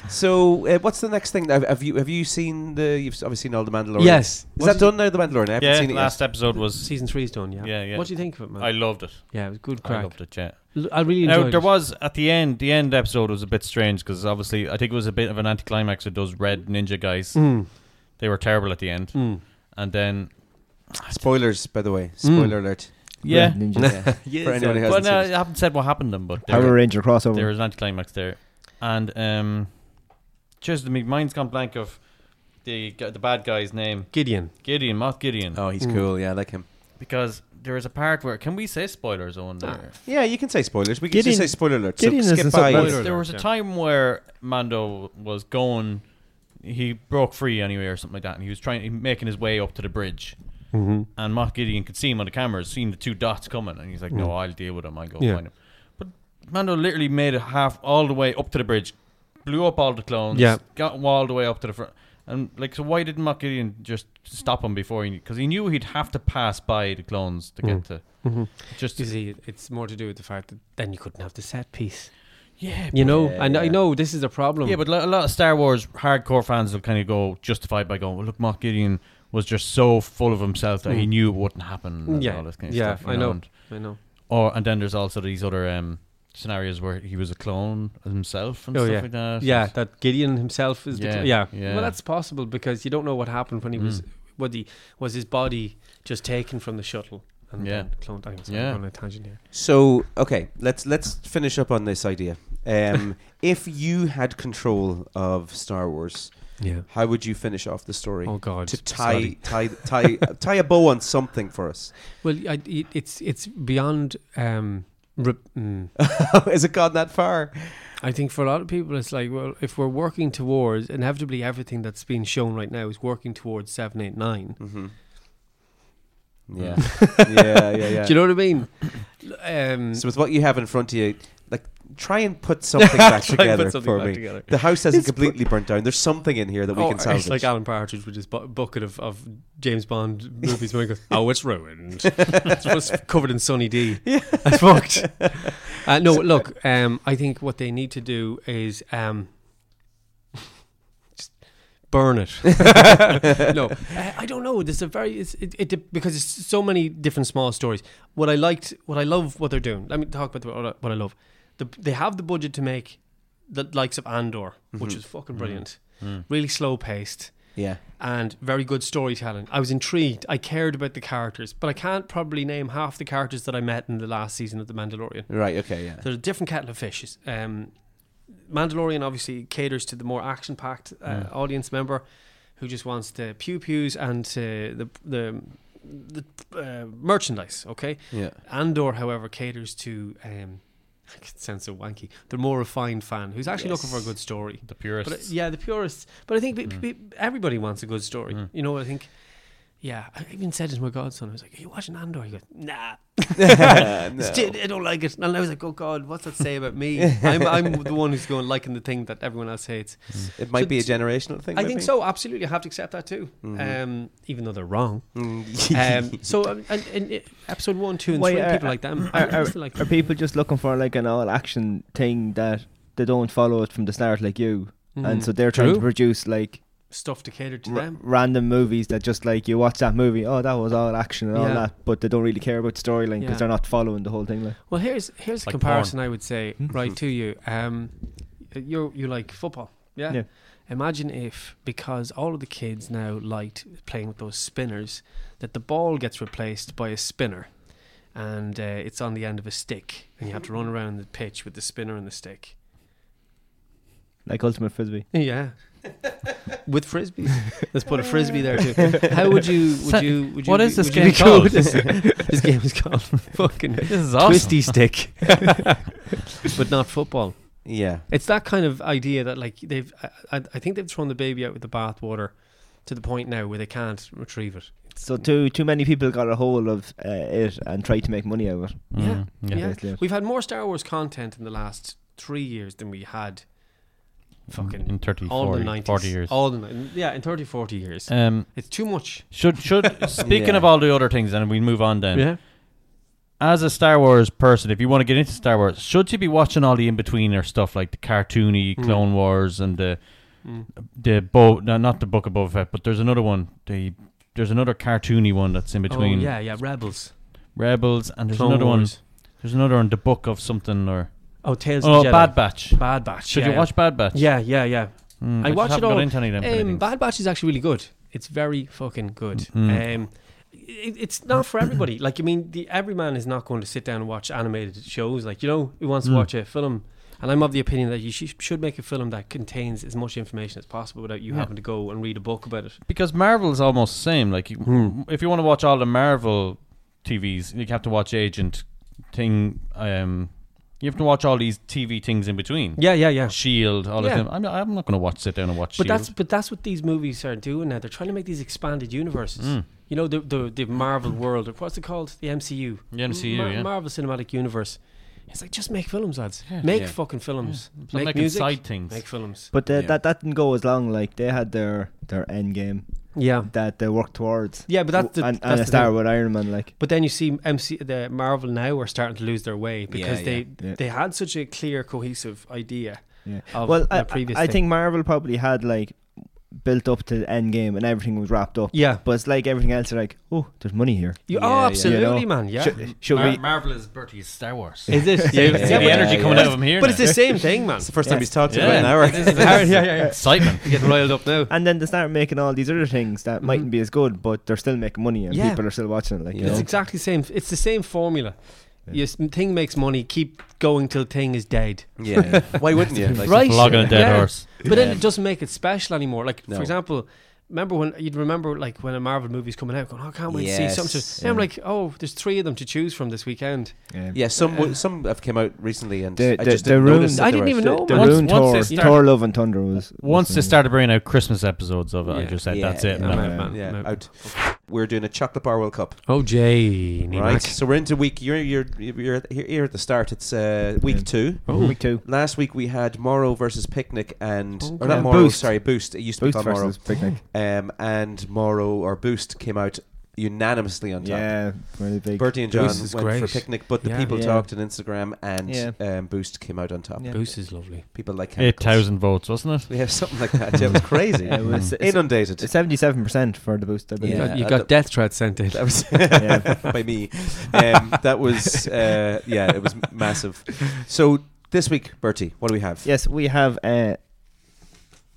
S2: So uh, what's the next thing? Have, have you have you seen the? You've obviously seen all the Mandalorian.
S3: yes.
S2: Is that done now? The Mandalorian. I haven't
S4: Yeah,
S2: seen it
S4: last episode was.
S3: Season three's done, yeah.
S4: Yeah, yeah.
S3: What do you think of it, man?
S4: I loved it.
S3: yeah, it was good
S4: I
S3: crack.
S4: loved it. Yeah.
S3: L- I really enjoyed
S4: Now there
S3: it.
S4: was at the end. The end episode was a bit strange because obviously I think it was a bit of an anticlimax with those red ninja guys.
S3: Mm,
S4: They were terrible at the end,
S3: mm.
S4: and then
S2: yet. Spoilers, by the way. Spoiler alert.
S4: yeah.
S1: Red Ninja.
S2: Hmm. Yeah. For anyone who hasn't
S4: But no, I
S2: seen it.
S4: haven't said what happened to them. But they
S1: Power
S4: were-
S1: Ranger crossover.
S4: There was an anticlimax there, and um, just my mind's gone blank of the gu- the bad guy's name,
S3: Gideon.
S4: Gideon, not Gideon,
S2: Oh, he's cool. Yeah, I like him.
S4: because there is a part where can we say spoilers on there?
S2: Yeah, you can say spoilers. We can
S1: Gideon-
S2: just say spoiler alert.
S1: Gideon
S2: so skip
S1: isn't
S2: by.
S1: spoiler
S4: But there was a
S3: yeah.
S4: time where Mando was going, he broke free anyway or something like that, and he was trying he making his way up to the bridge.
S3: Mm-hmm.
S4: And Moff Gideon could see him on the cameras, seeing the two dots coming, and he's like, "No, I'll deal with him. I'll go
S3: Mm. Yeah.
S4: find him." But Mando literally made it half all the way up to the bridge, blew up all the clones,
S3: Yeah.
S4: got him all the way up to the front. And like, so why didn't Moff Gideon just stop him before he? Because he knew he'd have to pass by the clones
S3: Mm.
S4: to get to.
S3: Mm-hmm.
S4: Just
S3: You see, it's more to do with the fact that then you couldn't have the set piece.
S4: yeah,
S3: You know,
S2: Yeah,
S3: and I
S2: yeah.
S3: know this is a problem.
S4: Yeah, but lo- a lot of Star Wars hardcore fans will kind of go justified by going, well, look, Mark Gideon was just so full of himself that he knew it wouldn't happen. And
S3: Mm. yeah,
S4: all this kind of
S3: yeah,
S4: stuff, you
S3: I know,
S4: And,
S3: I know.
S4: or and then there's also these other um, scenarios where he was a clone himself and
S3: Oh,
S4: stuff
S3: yeah.
S4: like that.
S3: Yeah,
S4: And-
S3: that Gideon himself is the
S4: Yeah,
S3: cl- yeah.
S4: yeah. Mm.
S3: Well, that's possible because you don't know what happened when he was. What he was his body just taken from the shuttle and
S4: Yeah.
S3: then cloned. I'm sorry,
S4: Yeah.
S3: I'm on a tangent here.
S2: So okay, let's let's finish up on this idea. Um, if you had control of Star Wars,
S3: Yeah.
S2: how would you finish off the story?
S3: Oh, God,
S2: To tie
S3: sorry.
S2: tie tie uh, tie a bow on something for us.
S3: Well, I, it, it's it's beyond. Um, rep- mm.
S2: Has it gone that far?
S3: I think for a lot of people, it's like, well, if we're working towards, inevitably everything that's being shown right now is working towards 789. Mm-hmm.
S2: Yeah. yeah, yeah, yeah.
S3: Do you know what I mean? Um,
S2: So with what you have in front of you, like try and put something back
S3: Try and put
S2: together
S3: something
S2: for
S3: back
S2: me.
S3: together.
S2: The house hasn't
S3: It's bu-
S2: completely burnt down. There's something in here that we
S3: oh,
S2: can
S3: it's
S2: salvage.
S3: like Alan Partridge with his bu- bucket of, of James Bond movies. When he goes, oh, it's ruined. it's just covered in Sunny D. That's fucked. Uh, no, look, um, I think what they need to do is um, just burn it. no, I, I don't know. There's a very it's, it, it de- because it's so many different small stories. What I liked, what I love, what they're doing. Let me talk about the, what I- what I love. The, they have the budget to make the likes of Andor, which
S2: Mhm.
S3: was fucking
S2: Mhm.
S3: brilliant.
S2: Mm.
S3: Really slow paced
S2: yeah.
S3: and very good storytelling. I was intrigued. I cared about the characters, but I can't probably name half the characters that I met in the last season of The Mandalorian.
S2: Right, okay, yeah.
S3: There's a different kettle of fishes. Um, Mandalorian obviously caters to the more action packed uh,
S4: Mm.
S3: audience member who just wants the pew pews and uh, the the the uh, merchandise. Okay.
S2: Yeah.
S3: Andor, however, caters to. Um, it sounds so wanky. The more refined fan who's actually looking for a
S4: Yes.
S3: good story. The
S4: purists.
S3: But, uh, yeah, the purists. But I think
S1: Mm.
S3: pe- pe- everybody wants a good story. You know, I think. Yeah, I even said it to my godson. I was like, "Are you watching Andor?" He goes, "Nah, It's
S2: No.
S3: ju- I don't like it." And I was like, "Oh God, what's that say about me? I'm, I'm the one who's going liking the thing that everyone else hates."
S2: It might
S3: So
S2: be a
S3: t-
S2: generational thing.
S3: I
S2: maybe?
S3: think so. Absolutely, I have to accept that too.
S1: Mm-hmm.
S2: Mhm.
S3: Um, even though they're wrong.
S2: Mm.
S3: Uh, um, so, um, and, and uh, episode one, two, and
S1: Why
S3: three,
S1: are-
S3: people like them. I
S1: Are, are,
S3: honestly like
S1: are
S3: them.
S1: people just looking for like an all action thing that they don't follow it from the start like you?
S3: Mm.
S1: And so they're trying
S3: True.
S1: to produce like
S3: stuff to cater to
S1: r-
S3: them.
S1: random movies that just like you watch that movie, oh, that was all action and all
S3: Yeah.
S1: that, but they don't really care about the storyline because
S3: Yeah.
S1: they're not following the whole thing. Like,
S3: Well, here's here's a
S4: Like
S3: comparison I would say
S4: Hmm.
S3: right to you. Um, you you like football, yeah?
S1: Yeah.
S3: Imagine if because all of the kids now liked playing with those spinners, that the ball gets replaced by a spinner, and uh, it's on the end of a stick, and you have to
S4: Hmm.
S3: run around the pitch with the spinner and the stick.
S1: like Ultimate Frisbee.
S3: Yeah. With frisbees, let's put a frisbee there too. How would you?
S4: So,
S3: Would you? Would you
S4: what
S3: be-
S4: is this
S3: would you
S4: game
S3: be cool
S4: called?
S3: with This, this game is called fucking
S4: This is awesome.
S3: twisty stick, but not football.
S2: Yeah.
S3: It's that kind of idea that like they've. I, I I think they've thrown the baby out with the bathwater to the point now where they can't retrieve it.
S1: So too too many people got a hold of uh, it and tried to make money out of it.
S3: Yeah,
S4: Mm, yeah.
S3: yeah.
S1: Basically it.
S3: We've had more Star Wars content in the last three years than we had. Fucking
S4: in 30,
S3: all
S4: 40,
S3: the 90s,
S4: 40 years.
S3: All the ni- yeah, in 30, 40 years,
S4: Um,
S3: it's too much.
S4: should should speaking
S2: Yeah.
S4: of all the other things, and we move on then. As a Star Wars person, if you want to get into Star Wars, should you be watching all the in betweener stuff like the cartoony
S3: Mm.
S4: Clone Wars and the
S3: Mm.
S4: the boat? No, not the Book of Boba Fett, but there's another one. The there's another cartoony one that's in between
S3: Oh, yeah, yeah, Rebels.
S4: Rebels, and there's
S3: Clone
S4: another
S3: Wars.
S4: one. There's another one, the Book of something or
S3: Oh, Tales
S4: oh
S3: of the Jedi.
S4: Bad Batch.
S3: Bad Batch.
S4: Should
S3: yeah,
S4: you watch Bad Batch?
S3: Yeah, yeah, yeah.
S4: Mm,
S3: I
S4: just
S3: watch it
S4: haven't
S3: all.
S4: Got into any of them kind of
S3: Um,
S4: things.
S3: Bad Batch is actually really good. It's very fucking good.
S4: Mm.
S3: Um, it, it's not for everybody. Like I mean, the every man is not going to sit down and watch animated shows. Like you know, who wants to
S4: Mm.
S3: watch a film? And I'm of the opinion that you sh- should make a film that contains as much information as possible without you
S4: Yeah.
S3: having to go and read a book about it.
S4: because Marvel's almost the same. Like, you,
S3: Hmm.
S4: if you want to watch all the Marvel TVs, you have to watch Agent thing. Um, you have to watch all these TV things in between.
S3: Yeah, yeah, yeah.
S4: Shield, E all
S3: Yeah.
S4: of them. I'm not, I'm not going to watch sit down and watch.
S3: But
S4: Shield.
S3: that's but that's what these movies are doing now. They're trying to make these expanded universes. You know the, the the Marvel world or what's it called? The MCU.
S4: The MCU, yeah.
S3: Marvel Cinematic Universe. It's like just make films, lads. Make
S2: Yeah.
S3: fucking films.
S4: Stop
S3: Make
S4: making
S3: music.
S4: side things.
S3: Make films.
S1: But the,
S2: Yeah.
S1: that that didn't go as long. Like they had their their end game
S3: Yeah.
S1: that they worked towards.
S3: Yeah, but that's the
S1: and,
S3: that's
S1: and
S3: the
S1: it started
S3: thing.
S1: with Iron Man. Like
S3: But then you see MC the Marvel now are starting to lose their way because
S2: yeah.
S3: they
S1: Yeah.
S3: they had such a clear cohesive idea
S1: Yeah.
S3: of
S1: well,
S3: their
S1: I,
S3: previous
S1: I
S3: thing.
S1: think Marvel probably had like built up to the end game and everything was wrapped up.
S3: yeah.
S1: But it's like everything else. You're like, oh, there's money here.
S3: You,
S2: Yeah,
S3: oh,
S2: yeah.
S3: absolutely,
S1: You know,
S3: man. Yeah.
S1: Should, should
S4: Mar-
S1: we?
S4: Marvel is Bertie's Star Wars.
S3: Is it?
S4: See, see the
S2: yeah,
S4: energy
S2: yeah.
S4: coming out of him here.
S3: But
S4: now.
S3: it's the same thing, man.
S2: It's the first time he's talked
S4: Yeah.
S2: about an
S4: It
S2: hour.
S4: is- it is.
S3: Yeah, yeah, yeah.
S4: Excitement.
S3: You're getting riled up now.
S1: And then they start making all these other things that mightn't be as good, but they're still making money and
S3: Yeah.
S1: people are still watching it. Like, you
S3: It's
S1: know?
S3: exactly the same. It's the same formula. Your s- thing makes money. Keep going till thing is dead.
S2: yeah. Why wouldn't you? Like,
S3: Right.
S4: Flogging a dead
S3: Yeah.
S4: horse.
S3: But then it doesn't make it special anymore. Like
S2: No.
S3: for example, Remember when you'd remember like when a Marvel movie's coming out, going, "Oh, I can't wait to see something."
S2: Yes.
S3: And I'm like, "Oh, there's three of them to choose from this weekend."
S2: Yeah, some w- some have came out recently, and
S1: The,
S2: I
S1: the,
S2: just
S1: the
S2: didn't
S1: Rune,
S2: notice that
S3: Uh, I
S2: they
S3: didn't
S2: were
S3: even
S2: out.
S3: know
S1: the
S3: Once-
S1: Rune
S3: once they
S1: Tour,
S3: start-
S1: Tour Love and Thunder was, was
S4: Once they
S1: amazing.
S4: started bringing out Christmas episodes of it, I
S3: Yeah.
S4: just said,
S2: Yeah,
S4: that's it.
S2: yeah,
S3: I'm
S4: man."
S3: out, man.
S2: Yeah,
S3: I'm out.
S2: out. We're doing a chocolate bar World Cup,
S3: Oh, Jay,
S2: right? So we're into week. You're you're you're at- here here at the start. It's uh, week
S1: Yeah.
S2: two.
S3: Oh,
S1: Week two.
S2: Last week we had Morrow versus Picnic and or
S1: Okay.
S2: not Morrow,
S1: Oh, Boost.
S2: sorry, Boost. It used to
S1: Boost
S2: be called Morrow.
S1: versus Picnic.
S2: Um, and Morrow or Boost came out unanimously on top.
S1: Yeah, really big.
S2: Bertie and John
S3: Boost is
S2: went
S3: great.
S2: for Picnic, but the
S3: Yeah.
S2: people
S1: Yeah.
S2: talked on Instagram, and
S1: Yeah.
S2: um, Boost came out on top.
S3: Boost is lovely.
S2: People like chemicals.
S4: 8,000 votes, wasn't it?
S2: Yeah, something like that. Yeah, it was crazy.
S1: Yeah, it was- it's-
S2: Inundated.
S1: Seventy-seven percent for the boost. I believe.
S2: Yeah,
S3: You got- you
S2: uh,
S3: got
S2: the-
S3: death threats sent in.
S2: That was
S1: Yeah.
S2: by me. Um, that was uh, yeah, it was massive. So this week, Bertie, what do we have?
S1: Yes, we have uh,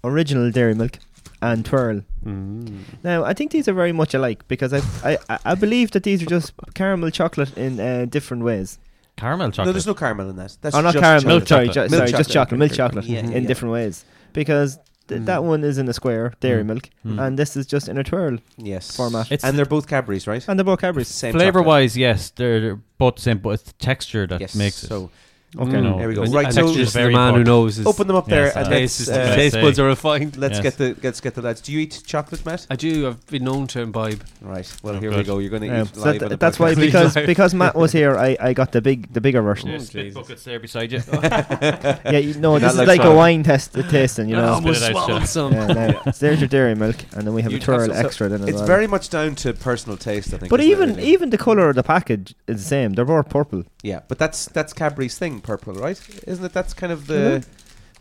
S1: original dairy milk and twirl.
S3: Mm.
S1: Now, I think these are very much alike because I I, I- I believe that these are just caramel chocolate in uh, different ways.
S4: Caramel
S2: No,
S4: chocolate.
S2: there's no caramel in that. That's
S1: oh, not
S2: just
S1: caramel.
S2: chocolate.
S1: Milk sorry,
S4: chocolate.
S1: jo-
S2: Milk
S1: sorry, just
S2: chocolate.
S1: chocolate. Milk chocolate
S2: Yeah,
S1: in
S2: yeah. Hmm.
S1: different ways because. Th- That one is in a square dairy
S4: Mm.
S1: milk,
S4: Mm.
S1: and this is just in a twirl,
S2: Yes.
S1: Format.
S2: and they're both Cadbury's, right?
S1: and they're both Cadbury's.
S2: Same
S4: Flavor
S2: chocolate.
S4: wise, yes, they're, they're both the same, but it's the texture that
S2: yes.
S4: makes it.
S2: so
S1: Okay,
S3: Mm.
S4: You know,
S2: There we go.
S4: it's-
S2: Right,
S4: and
S2: so-
S4: texture's
S3: just the
S4: very
S3: man who
S4: important.
S3: knows his
S2: open them up
S4: Yes,
S2: there, and
S4: uh,
S2: let's,
S3: taste,
S4: It's
S3: is-
S4: just
S2: uh,
S4: the
S3: taste
S4: say.
S3: buds are refined.
S2: let's
S4: Yes.
S2: get the let's get the lads. Do you eat chocolate, Matt?
S3: I do. I've been known to imbibe.
S2: Right. Well,
S4: Oh,
S2: here we
S4: good.
S2: go. You're going to
S1: Yeah,
S2: eat
S1: Um, so
S2: live.
S1: th-
S2: on the
S1: that's why
S2: podcast.
S1: because because Matt was here, I, I got the big the bigger version.
S4: There's spit buckets there beside you.
S1: Yeah, you, no,
S2: Not
S1: this is
S2: like
S1: like a
S2: soda.
S1: wine test tasting, you know.
S4: almost swallowed
S3: some.
S1: Yeah, no. So there's your dairy milk, and then we have
S2: You'd have
S1: a twirl
S2: some- so
S1: extra. Then as
S2: it's
S1: well.
S2: very much down to personal taste, I think.
S1: But
S2: isn't it,
S1: even
S2: really?
S1: even the color of the package is the same. They're both purple.
S2: yeah, but that's that's Cadbury's thing, purple, right? Isn't it? That's kind of the
S1: Mm-hmm.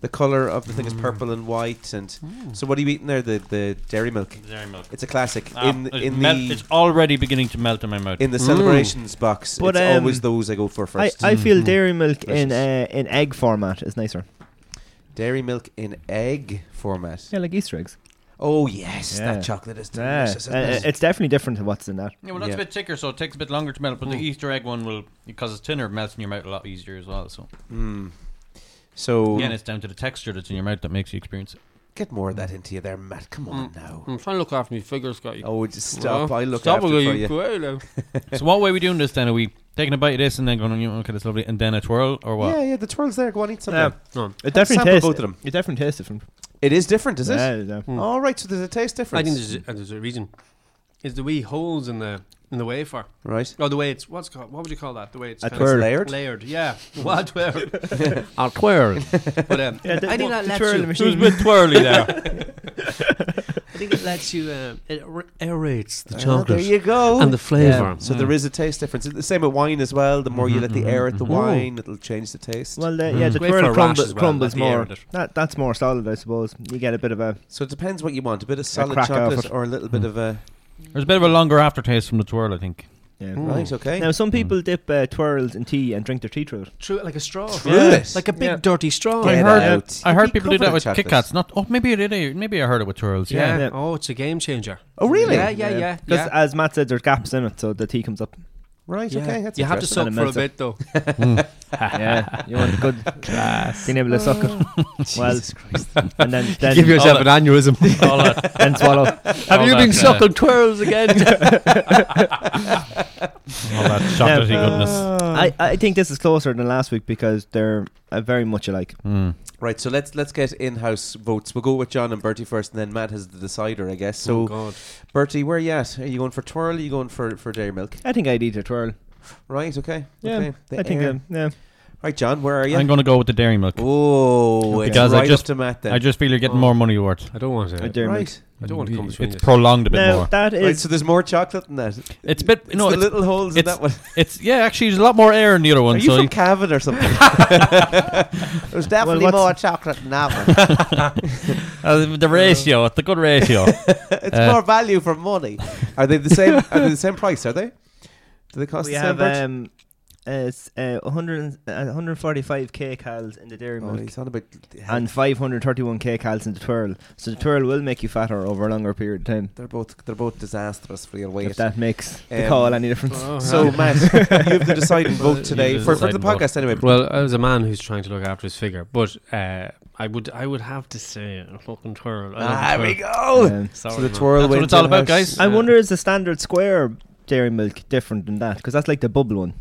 S2: the color of the thing
S4: Mm.
S2: is purple and white. And
S1: Mm.
S2: so, what are you eating there? The the dairy milk.
S4: Dairy milk.
S2: It's a classic
S4: Ah,
S2: in
S4: it
S2: in
S4: melt-
S2: the
S4: it's already beginning to melt in my mouth.
S2: in the celebrations box.
S1: Mm. But,
S2: it's always
S1: um,
S2: those I go for
S1: I,
S2: first.
S1: I
S4: Mm.
S1: feel dairy milk in uh,
S2: Delicious.
S1: in egg format is nicer.
S2: dairy milk in egg format.
S1: Yeah, like Easter eggs.
S2: Oh yes,
S1: Yeah.
S2: that chocolate is
S1: Yeah,
S2: delicious. isn't
S1: Uh,
S2: it?
S1: it's definitely different to what's in that.
S4: yeah, well, that's
S2: Yeah. Hmm.
S4: a bit thicker, so it takes a bit longer to melt. But the Easter egg one will, because it's thinner, it melts in your mouth a lot easier as well. So
S2: Mm. So
S4: again, it's down to the texture that's in your mouth that makes you experience it.
S2: get more of that into you there, Matt. Come
S4: Mm.
S2: on now.
S3: I'm trying to look after my figures, got you.
S2: Oh, just stop! I look
S3: Stop
S2: after
S3: it,
S2: for
S3: you
S2: you.
S3: Coelho.
S4: so what way are we doing this then? Are we taking a bite of this and then going, "Mm, okay, that's lovely, and then a twirl, or what?
S2: Yeah, yeah. The twirl's there. Go on, eat something.
S1: Yeah.
S3: No,
S1: It
S2: sample
S1: definitely tastes
S2: both of them.
S1: It definitely tastes different.
S2: It is different, is it? Mm.
S1: Yeah, yeah.
S2: All right. So there's a taste difference.
S3: I think there's a, and there's a reason. Is the wee holes in the in the wafer?
S2: right.
S3: Or the way it's what's it called? What would you call that? The way it's
S1: A
S3: kinda
S1: twirl.
S2: Layered?
S3: Layered, yeah. What twirl?
S4: I'll twirl.
S3: But um,
S1: Yeah, the-
S3: I think that
S1: what- the
S3: lets
S1: twirl
S3: you.
S1: machine.
S4: It was a bit twirly there.
S3: I think it lets you. Um, it r- aerates the
S2: Oh, there
S3: chocolate
S2: you go.
S3: and the flavour.
S2: so there is a taste difference. It's the same with wine as well. The more you let the air at the wine, it'll change the taste.
S1: Well, the, yeah, the
S3: Great for
S1: twirl
S3: a rash
S1: crumble,
S3: as well,
S1: crumbles
S3: at the air
S1: more.
S3: of it.
S1: That that's more solid, I suppose. You get a bit of a
S2: so it depends what you want: a bit of solid
S1: crack off
S2: chocolate
S1: it.
S2: or a little bit of a.
S4: There's a bit of a longer aftertaste from the twirl, I think.
S1: yeah.
S2: Right. Okay.
S1: Now some people dip uh, twirls in tea and drink their tea through it.
S3: True, like a straw,
S2: True it.
S3: like a big
S1: Yeah.
S3: dirty straw.
S2: Get
S4: I heard
S2: out.
S4: it. I heard
S2: Be
S4: people do
S2: covered in
S4: that with Kit
S2: chocolate.
S4: Kats. Not. Oh, maybe I did. Maybe I heard it with twirls.
S3: Yeah.
S1: Yeah.
S3: Oh, it's a game changer.
S2: Oh, really?
S3: Yeah, yeah, yeah.
S1: Because
S3: yeah.
S1: as Matt said, there's gaps in it, so the tea comes up.
S2: Right.
S3: Yeah.
S2: Okay. That's
S3: you have to
S2: interesting.
S3: suck
S1: And
S3: for a
S1: melts
S3: bit
S1: it.
S3: though.
S1: yeah, you want good class. Oh. Being able to suck it well, and then, then
S3: Give yourself an aneurysm.
S4: All that.
S1: and swallow.
S3: Have
S4: All
S3: you
S4: that,
S3: been
S4: uh,
S3: sucking twirls again?
S4: All that
S1: Oh,
S4: chocolatey goodness.
S1: I, I think this is closer than last week because they're uh, very much alike.
S4: Mm.
S2: Right. So let's let's get in-house votes. We'll go with John and Bertie first, and then Matt has the decider, I guess. So
S3: oh God.
S2: Bertie, where are you at? Are you going for twirl? Are you going for, for dairy milk?
S1: I think I'd eat a twirl.
S2: Right, okay.
S1: Yeah,
S2: okay. The
S1: I think
S2: air.
S1: um, yeah.
S2: Right, John, where are you?
S4: I'm going to go with the dairy milk.
S2: oh, it's
S4: Because I
S2: right
S4: just-
S2: up to Matt then.
S4: I just feel you're getting more money worth.
S3: I don't want
S1: A
S3: to.
S1: dairy milk.
S2: right.
S3: I don't want to come between
S4: It's
S3: this.
S4: prolonged a bit
S1: Now
S4: more.
S1: that is
S2: right, so there's more chocolate than that. It's
S4: It's a bit. no,
S2: the
S4: it's,
S2: little holes in
S4: it's-
S2: that one.
S4: it's yeah. Actually, there's a lot more air in the other
S2: Are
S4: one.
S2: you
S4: so
S2: from
S4: you-
S2: Cavan or something? there's definitely
S1: what's-
S2: more chocolate than that one.
S4: uh, the ratio, it's a good ratio.
S2: it's
S4: Uh,
S2: more value for money. Are they the same? Are they the same price? Are they? Do they cost
S1: we
S2: the same?
S1: have
S2: Bert?
S1: um, uh, it's, uh, 100, uh, 145 k cals in the dairy
S2: oh,
S1: milk.
S2: he's on about
S1: And 531k cals in the twirl. So the twirl will make you fatter over a longer period of time.
S2: they're both they're both disastrous for your
S1: If
S2: weight.
S1: that makes the
S2: Um,
S1: call any difference.
S3: Oh,
S2: So
S3: yeah.
S2: Matt, you have the deciding vote
S4: the
S2: today for, for the
S4: deciding vote.
S2: podcast anyway.
S3: Well, as a man who's trying to look after his figure, but uh, I would I would have to say a fucking twirl.
S2: Ah, there we go.
S1: Yeah.
S3: Sorry,
S2: So the
S3: man.
S2: twirl
S4: That's what it's all about, guys.
S1: I wonder is the standard square dairy milk different than that? Because that's like the bubble one.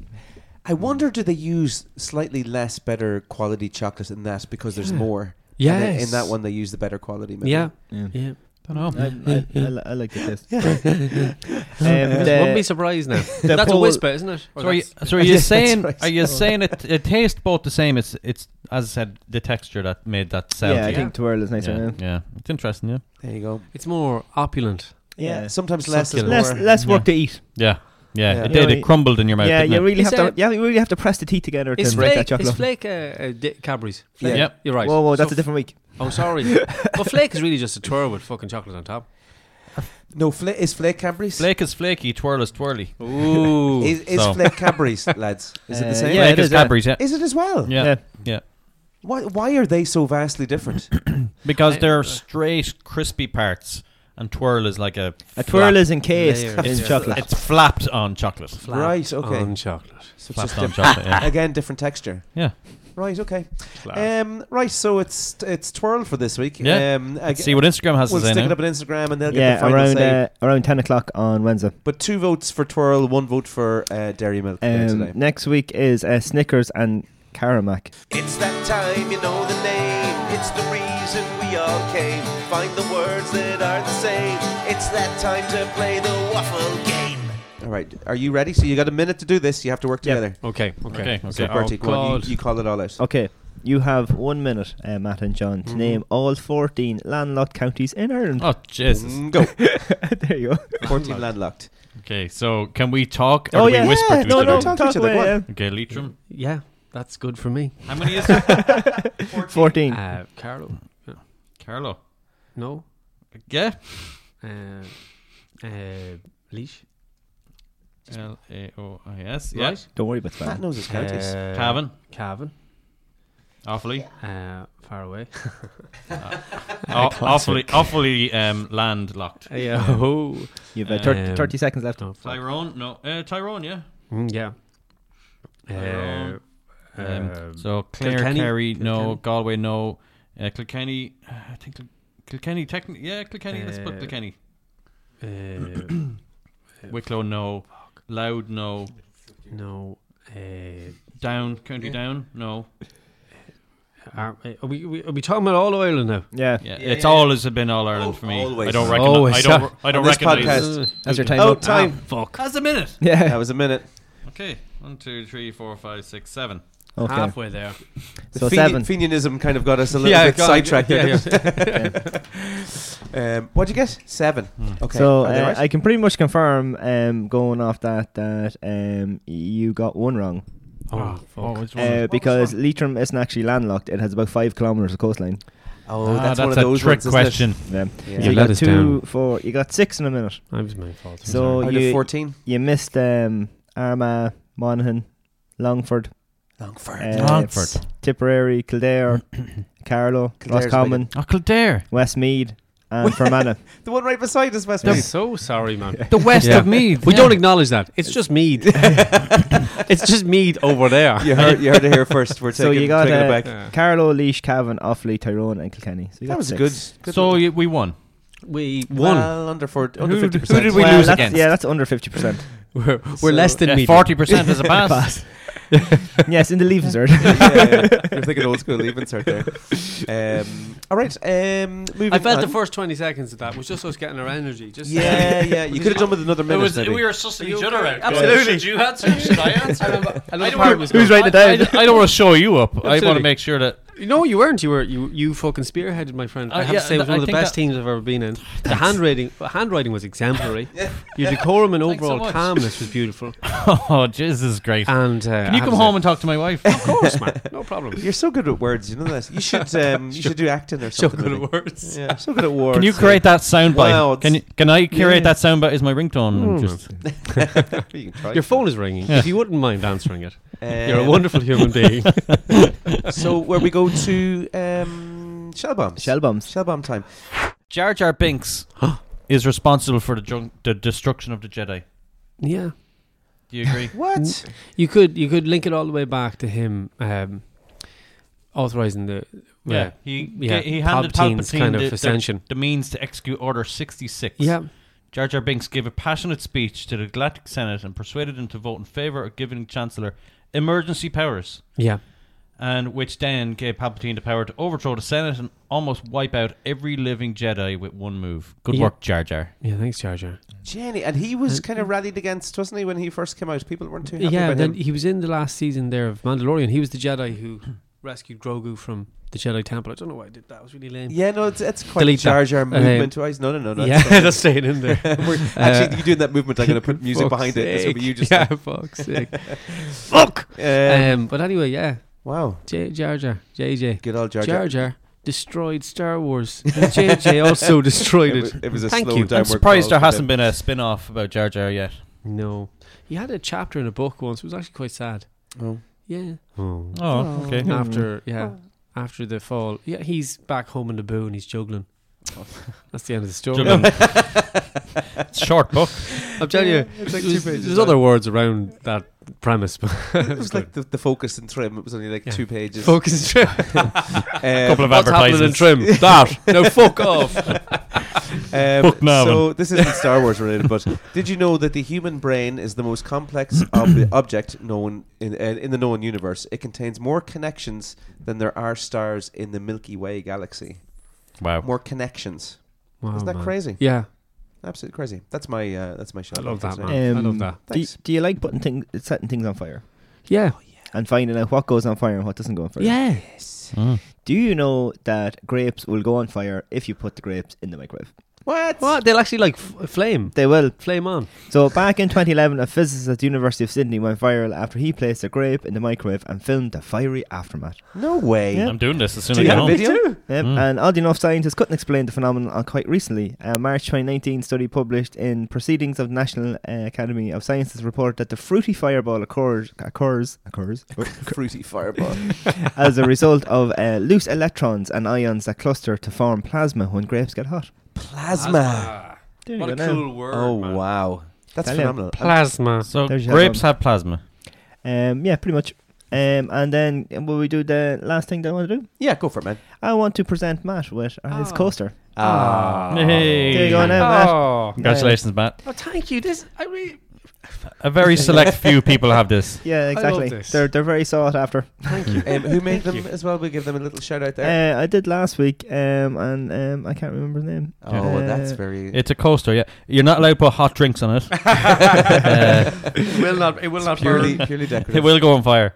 S2: I
S4: Hmm.
S2: wonder do they use slightly less better quality chocolate in that because there's more.
S3: Yeah.
S2: And in- in that one they use the better quality. Maybe.
S3: Yeah.
S1: Yeah.
S3: Yeah. Oh.
S4: Don't know.
S1: I, I, I, li- I like the taste.
S3: I
S1: um,
S3: Wouldn't
S2: uh,
S3: be
S1: the,
S3: surprised now. that's a
S1: poll-
S3: whisper, isn't it? Or
S4: So are you,
S3: that's-
S4: so are you
S2: Yes, that's
S4: saying
S2: right.
S4: are you saying it it tastes both the same? It's it's as I said the texture that made that sound.
S1: yeah, I
S4: to
S1: think twirl is
S4: you.
S1: nicer.
S4: yeah,
S1: Yeah.
S4: yeah. It's interesting. Yeah,
S2: There you go.
S3: it's more opulent.
S2: Yeah.
S1: Yeah.
S2: Sometimes less is
S3: Succulent.
S1: Less
S2: more.
S1: less work to eat.
S4: yeah, yeah.
S2: Yeah.
S4: It did.
S1: Yeah,
S4: It crumbled in your mouth.
S1: yeah,
S4: didn't
S1: you
S4: it?
S1: really
S3: Is
S1: have to.
S3: that-
S1: Yeah, you really have to press the teeth together to
S3: It's
S1: break that
S3: flake.
S1: chocolate.
S3: It's
S1: off.
S3: flake. Uh, uh, di- Cadbury's.
S2: Yeah.
S4: Yep.
S3: You're right.
S1: Whoa, whoa, that's
S3: So
S1: a different week.
S3: Oh, sorry. well, flake is really just a twirl with fucking chocolate on top.
S2: No, fla- is Flake Cadbury's?
S4: Flake is flaky, twirl is twirly.
S3: Ooh.
S2: Is, is
S4: So.
S2: Flake Cadbury's, lads? Is it
S1: Uh,
S2: the same?
S1: Yeah,
S4: Flake
S1: it
S4: is
S1: is, yeah.
S4: Cadbury's. Yeah,
S2: Is it as well?
S4: yeah,
S1: Yeah.
S4: yeah.
S2: Why, why are they so vastly different?
S4: Because
S1: uh,
S4: they're straight, crispy parts, and twirl is like a
S1: A twirl
S4: flap.
S1: is encased
S3: Layers.
S1: in
S3: Yeah.
S1: chocolate.
S4: It's flapped on chocolate.
S3: Flap
S2: right, okay.
S3: On chocolate.
S2: So it's
S4: flapped
S2: just
S4: on
S2: diff-
S4: chocolate. Yeah.
S2: Again, different texture.
S4: yeah.
S2: Right, okay.
S3: Flap.
S2: Um, right, so it's it's twirl for this week.
S4: Yeah.
S2: Um, ag-
S4: Let's see what Instagram has
S2: we'll
S4: to say
S2: stick
S4: now.
S2: it up on Instagram and they'll get the
S1: Yeah,
S2: final
S1: around
S2: say.
S1: uh, around ten o'clock on Wednesday.
S2: But two votes for twirl, one vote for uh, dairy milk there
S1: Um,
S2: today.
S1: next week is uh, Snickers and Caramac.
S5: It's that time, you know the name. It's the reason we all came. Find the words that are the same. It's that time to play the waffle game.
S2: All right, are you ready? So you got a minute to do this. You have to work
S1: Yeah.
S2: together.
S3: Okay. Okay.
S4: Okay, okay.
S2: So Bertie,
S3: oh,
S2: go on.
S3: God. Oh,
S2: You, you call it all out.
S1: Okay, you have one minute, uh, Matt and John, to name all fourteen landlocked counties in Ireland.
S4: Oh
S1: Mm-hmm.
S4: Jesus.
S2: Mm, go.
S1: there you go.
S2: 14 landlocked.
S4: Okay, so can we talk or
S1: oh
S4: do
S1: yeah,
S4: we whisper to
S1: no,
S4: each
S1: no,
S4: other?
S2: Talk
S1: talk
S2: to each other,
S1: away,
S2: go on.
S1: yeah.
S4: Okay, Leitrim.
S3: Yeah, that's good for me.
S4: How many is there?
S1: Fourteen.
S3: Uh, Carlo.
S4: Carlo.
S3: No.
S4: Yeah.
S3: Uh, uh, leash.
S4: L A O I S.
S3: Yeah.
S4: Yes.
S3: Right?
S1: Don't worry about
S2: Matt
S1: that.
S2: knows his counties.
S3: Uh,
S4: Cavan.
S3: Cavan.
S4: Awfully.
S3: Uh, far away. Oh,
S4: Aw- awfully. Awfully um, landlocked.
S3: yeah. Oh.
S1: You've uh, thir-
S3: Um,
S1: thirty seconds left.
S3: No, fuck.
S4: Tyrone. No. Uh, Tyrone. Yeah.
S3: Mm, yeah. Uh,
S4: Tyrone. Um,
S3: um,
S4: so Clare,
S3: Kilkenny?
S4: Kerry. No.
S3: Kilkenny?
S4: Galway. No. Uh, Kilkenny. Uh, I think Kil- Kilkenny. Technically. Yeah. Kilkenny. Let's put
S3: Uh,
S4: Kilkenny.
S3: uh,
S4: Wicklow. No. Loud. No.
S3: no. Uh,
S4: Down. County Down. No.
S3: are, are we, we are we talking about all of Ireland now?
S1: Yeah,
S4: Yeah. it's always been all Ireland for me.
S2: Oh, always.
S4: I don't
S3: Always.
S4: recognize. I don't. I don't
S2: On this
S4: recognize.
S2: podcast.
S1: that's your time.
S2: Oh,
S1: up.
S2: time.
S3: Fuck.
S4: That's a minute.
S2: That
S1: Yeah.
S2: was a minute.
S4: Okay. One, two, three, four, five, six, seven.
S1: Okay.
S3: Halfway there.
S1: So
S2: Fenian-
S1: seven.
S2: Fenianism kind of got us a little
S3: Yeah,
S2: bit
S3: God,
S2: sidetracked.
S3: yeah,
S2: there, um, what'd you get? Seven.
S4: Oh,
S2: Okay.
S1: So
S2: Are they
S1: uh,
S2: right?
S1: I can pretty much confirm, um, going off that, that um, you got one wrong.
S3: Oh, fuck.
S1: Uh, because Leitrim isn't actually landlocked; it has about five kilometers of coastline.
S2: oh,
S4: Ah,
S2: that's, one of
S4: a
S2: those
S4: trick
S2: ones, isn't it?
S4: question.
S1: Yeah.
S2: Yeah.
S1: So
S3: You let
S1: you got
S3: us
S1: two,
S3: down.
S1: four. You got six in a minute.
S3: That was my fault. I'm
S1: So
S3: sorry.
S2: Out of
S1: you
S2: 14.
S1: you missed um, Armagh, Monaghan, Longford,
S2: Longford.
S1: uh,
S4: Longford.
S1: Tipperary, Kildare, Carlow,
S2: Kildare's
S1: Roscommon,
S4: Oh, Kildare.
S1: Westmead, and Fermanagh.
S2: the one right beside us, West
S3: I'm
S2: Meath.
S3: so sorry, man.
S4: The west
S3: Yeah.
S4: of Meath.
S3: We don't acknowledge that. It's just Mead. it's just Mead over there.
S2: You heard, you heard it here first. We're taking
S1: so you got
S2: taking
S1: uh,
S2: it back.
S1: Carlow, Leash, Cavan, Offaly, Tyrone, and Kilkenny. So you got
S2: That was a
S1: six.
S2: good. good
S4: So y- we won.
S3: We
S2: one.
S3: won.
S2: Well, under, four, under
S4: Who-
S2: 50%.
S4: who did we
S1: Well,
S4: lose
S1: that's-
S4: against?
S1: Yeah, that's under fifty percent.
S3: we're we're less than Mead.
S4: uh, Forty percent is a pass.
S1: Pass. yes, in the leaving cert.
S2: yeah, yeah. You're thinking old school leavings out there. Um, all right. Um, moving
S3: I felt
S2: on.
S3: the first 20 seconds of that was just us getting our energy. Just
S2: Yeah, yeah. You could have done with another minute. maybe.
S4: sussing
S3: each other out.
S4: Absolutely. Should you answer? Should I answer?
S3: I don't want,
S1: Who's writing it
S4: I,
S1: down?
S4: I don't want to show you up. I want
S3: Absolutely.
S4: to make sure that
S3: No, you weren't. You were you you fucking spearheaded, my friend.
S4: Uh,
S3: I have
S4: yeah,
S3: to say, it was
S4: th-
S3: one of
S4: I
S3: the
S4: think
S3: best
S4: that-
S3: teams I've ever been in. The handwriting, handwriting was exemplary. Your decorum and
S4: Thanks so
S3: overall
S4: much.
S3: calmness was beautiful.
S4: oh, Jesus is great.
S3: And uh,
S4: Can you come home and talk to my wife?
S3: of course, man. No problem.
S2: You're so good at words, you know that. You should um, you should do acting or something. maybe.
S3: words.
S2: Yeah, so good at words.
S4: Can you create that soundbite?
S2: Wow, it's-
S4: can you, can I create
S2: Yeah.
S4: that soundbite as my ringtone? and
S3: Hmm.
S4: Just,
S2: You can try.
S3: Your phone is ringing.
S4: Yeah.
S3: If you wouldn't mind answering it,
S2: Um,
S3: you're a wonderful human being.
S2: So where we go to um, shell bombs?
S1: Shell bombs.
S2: Shell bomb time.
S4: Jar Jar Binks is responsible for the, jun- the destruction of the Jedi.
S3: yeah,
S4: Do you agree?
S2: What?
S3: you could you could link it all the way back to him. Um, authorizing the
S4: Yeah,
S3: yeah
S4: he
S3: yeah,
S4: he handed
S3: Palpatine's
S4: Palpatine
S3: kind
S4: the,
S3: of
S4: the-
S3: ascension.
S4: the means to execute Order sixty six.
S3: Yeah.
S4: Jar Jar Binks gave a passionate speech to the Galactic Senate and persuaded them to vote in favor of giving Chancellor emergency powers,
S3: Yeah,
S4: and which then gave Palpatine the power to overthrow the Senate and almost wipe out every living Jedi with one move. Good
S3: Yeah.
S4: work, Jar Jar.
S3: yeah. Thanks, Jar Jar.
S2: Jenny, and he was kind of rallied against, wasn't he, when he first came out? People weren't too happy
S3: Uh, Yeah,
S2: about
S3: then
S2: him.
S3: he was in the last season there of Mandalorian. He was the Jedi who rescued Grogu from the Jedi Temple. I don't know why I did that. It was really lame.
S2: Yeah, no, it's, it's quite
S3: Delete
S2: Jar
S3: that.
S2: Jar
S3: Uh,
S2: movement wise. No, no, no, no.
S3: yeah,
S2: it's not.
S3: that's staying in there.
S2: We're- Actually, you doing that movement, I'm going to put music
S3: Fuck's
S2: behind it. So
S3: sake.
S2: you just
S3: yeah, fuck's sake. Fuck.
S2: Uh,
S3: Um, but anyway, yeah,
S2: wow,
S3: J- Jar Jar, JJ,
S2: good old Jar Jar.
S3: Jar Jar destroyed Star Wars. And JJ also destroyed
S2: It
S3: it.
S2: was, it was a
S3: Thank
S2: slow
S3: you. I'm
S4: I'm
S2: downward crawl
S4: surprised there
S2: for
S4: hasn't
S2: him.
S4: been a spin off about Jar Jar yet.
S3: No, he had a chapter in a book once. It was actually quite sad.
S2: Oh.
S3: Yeah.
S4: Oh, okay.
S3: After yeah, after the fall, yeah, he's back home in Naboo and he's juggling.
S2: Oh.
S3: That's the end of the story.
S4: Juggling. Short book.
S3: I'm telling you,
S2: Yeah, it's like
S3: there's,
S2: two pages
S3: there's
S2: long.
S3: other words around that premise. But
S2: It was like the, the focus and trim. It was only like
S3: Yeah.
S2: two pages.
S3: focus and trim.
S2: Um,
S4: Couple of
S3: What's happening in
S4: advertisements.
S3: trim? That. No, fuck off.
S2: Um,
S4: Book novel.
S2: so this isn't Star Wars related, but did you know that the human brain is the most complex ob- object known in, uh, in the known universe? It contains more connections than there are stars in the Milky Way galaxy.
S4: Wow.
S2: More connections.
S3: Wow,
S2: Isn't that
S3: man.
S2: crazy?
S3: Yeah,
S2: Absolutely crazy. That's my uh, that's my show.
S3: I love that,
S2: Thanks,
S3: man.
S2: mate.
S3: I love that.
S1: Um, Do, you-
S2: Thanks.
S1: do you like putting things, setting things on fire
S3: yeah,
S2: Oh,
S1: and finding out what goes on fire and what doesn't go on fire?
S3: yeah.
S1: Do you know that grapes will go on fire if you put the grapes in the microwave?
S2: What?
S3: What they'll actually like f- flame,
S1: They will.
S3: flame on.
S1: So back in 2011, a physicist at the University of Sydney went viral after he placed a grape in the microwave and filmed the fiery aftermath.
S2: No way.
S1: Yeah.
S4: I'm doing this as soon
S2: Do you
S4: as I get
S2: have a
S4: home.
S2: video?
S1: Yep, And oddly enough, scientists couldn't explain the phenomenon until quite recently. A March 2019 study published in Proceedings of the National uh, Academy of Sciences reported that the fruity fireball occurs occurs occurs
S2: Fruity fireball.
S1: as a result of uh, loose electrons and ions that cluster to form plasma when grapes get hot.
S2: Plasma.
S1: There you
S4: What a
S1: go now.
S4: cool word.
S2: Oh wow, that's
S1: Tell you.
S2: phenomenal.
S3: Plasma.
S4: So
S1: There's your
S4: grapes
S1: grapes other
S4: have plasma.
S1: Um, yeah, pretty much. Um, and then uh, will we do the last thing that I want to do?
S2: Yeah, go for it, man.
S1: I want to present Matt with uh, his coaster.
S2: Ah.
S1: There you go now, Matt.
S3: Oh,
S4: Congratulations, Matt.
S3: oh, thank you. This I really
S4: A very select few people have this.
S1: Um, Yeah, exactly.
S3: this.
S1: They're they're very sought after.
S2: Um, who made them as well? We'll give them a little shout out
S3: Eh.
S2: there.
S1: Uh, I did last week, um, and um, I can't remember his name.
S2: oh,
S1: Uh,
S3: Eh.
S2: that's very.
S4: It's a coaster, yeah. You're not allowed to put hot drinks on it.
S3: it will not. It will not
S2: purely
S3: burn.
S2: purely decorative.
S4: it Uh, will go on fire.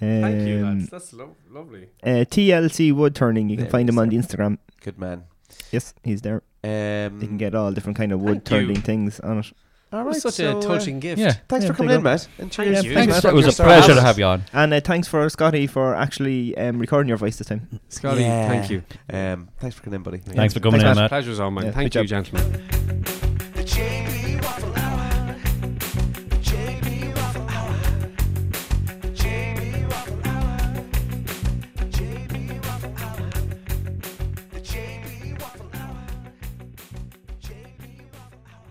S3: Thank you.
S1: um,
S3: That's, that's lo- lovely.
S1: uh, TLC Wood Turning. You
S2: There
S1: can find
S2: it
S1: him
S2: is
S1: on the Instagram.
S2: Good man.
S1: Yes, he's there.
S2: Um,
S1: You can get all different kind of wood
S3: Mm. Thank you.
S1: turning things on it.
S2: all
S3: It was
S2: right,
S3: such
S2: so,
S3: a
S2: uh,
S3: touching gift.
S4: Yeah.
S2: Thanks for
S1: Yeah, there
S2: coming
S1: you
S2: in,
S1: go.
S2: Matt. And cheers.
S3: you.
S2: for
S3: Thanks,
S2: your
S4: It was a
S2: Star
S4: pleasure to
S2: Wars.
S4: have you on.
S1: And uh, thanks for Scotty for actually um, recording your voice this time.
S3: Scotty,
S2: Yeah.
S3: thank you.
S2: Um, thanks for coming in, buddy.
S4: Thanks for coming
S1: Thanks,
S4: in, Matt.
S1: Matt.
S3: Pleasure's all mine.
S1: Yeah,
S3: thank
S1: good
S3: you,
S1: job.
S3: gentlemen.
S5: The JB Waffle Hour. JB Waffle Hour. JB Waffle Hour. JB Waffle Hour. The JB Waffle Hour. JB Waffle Hour. JB Waffle Hour.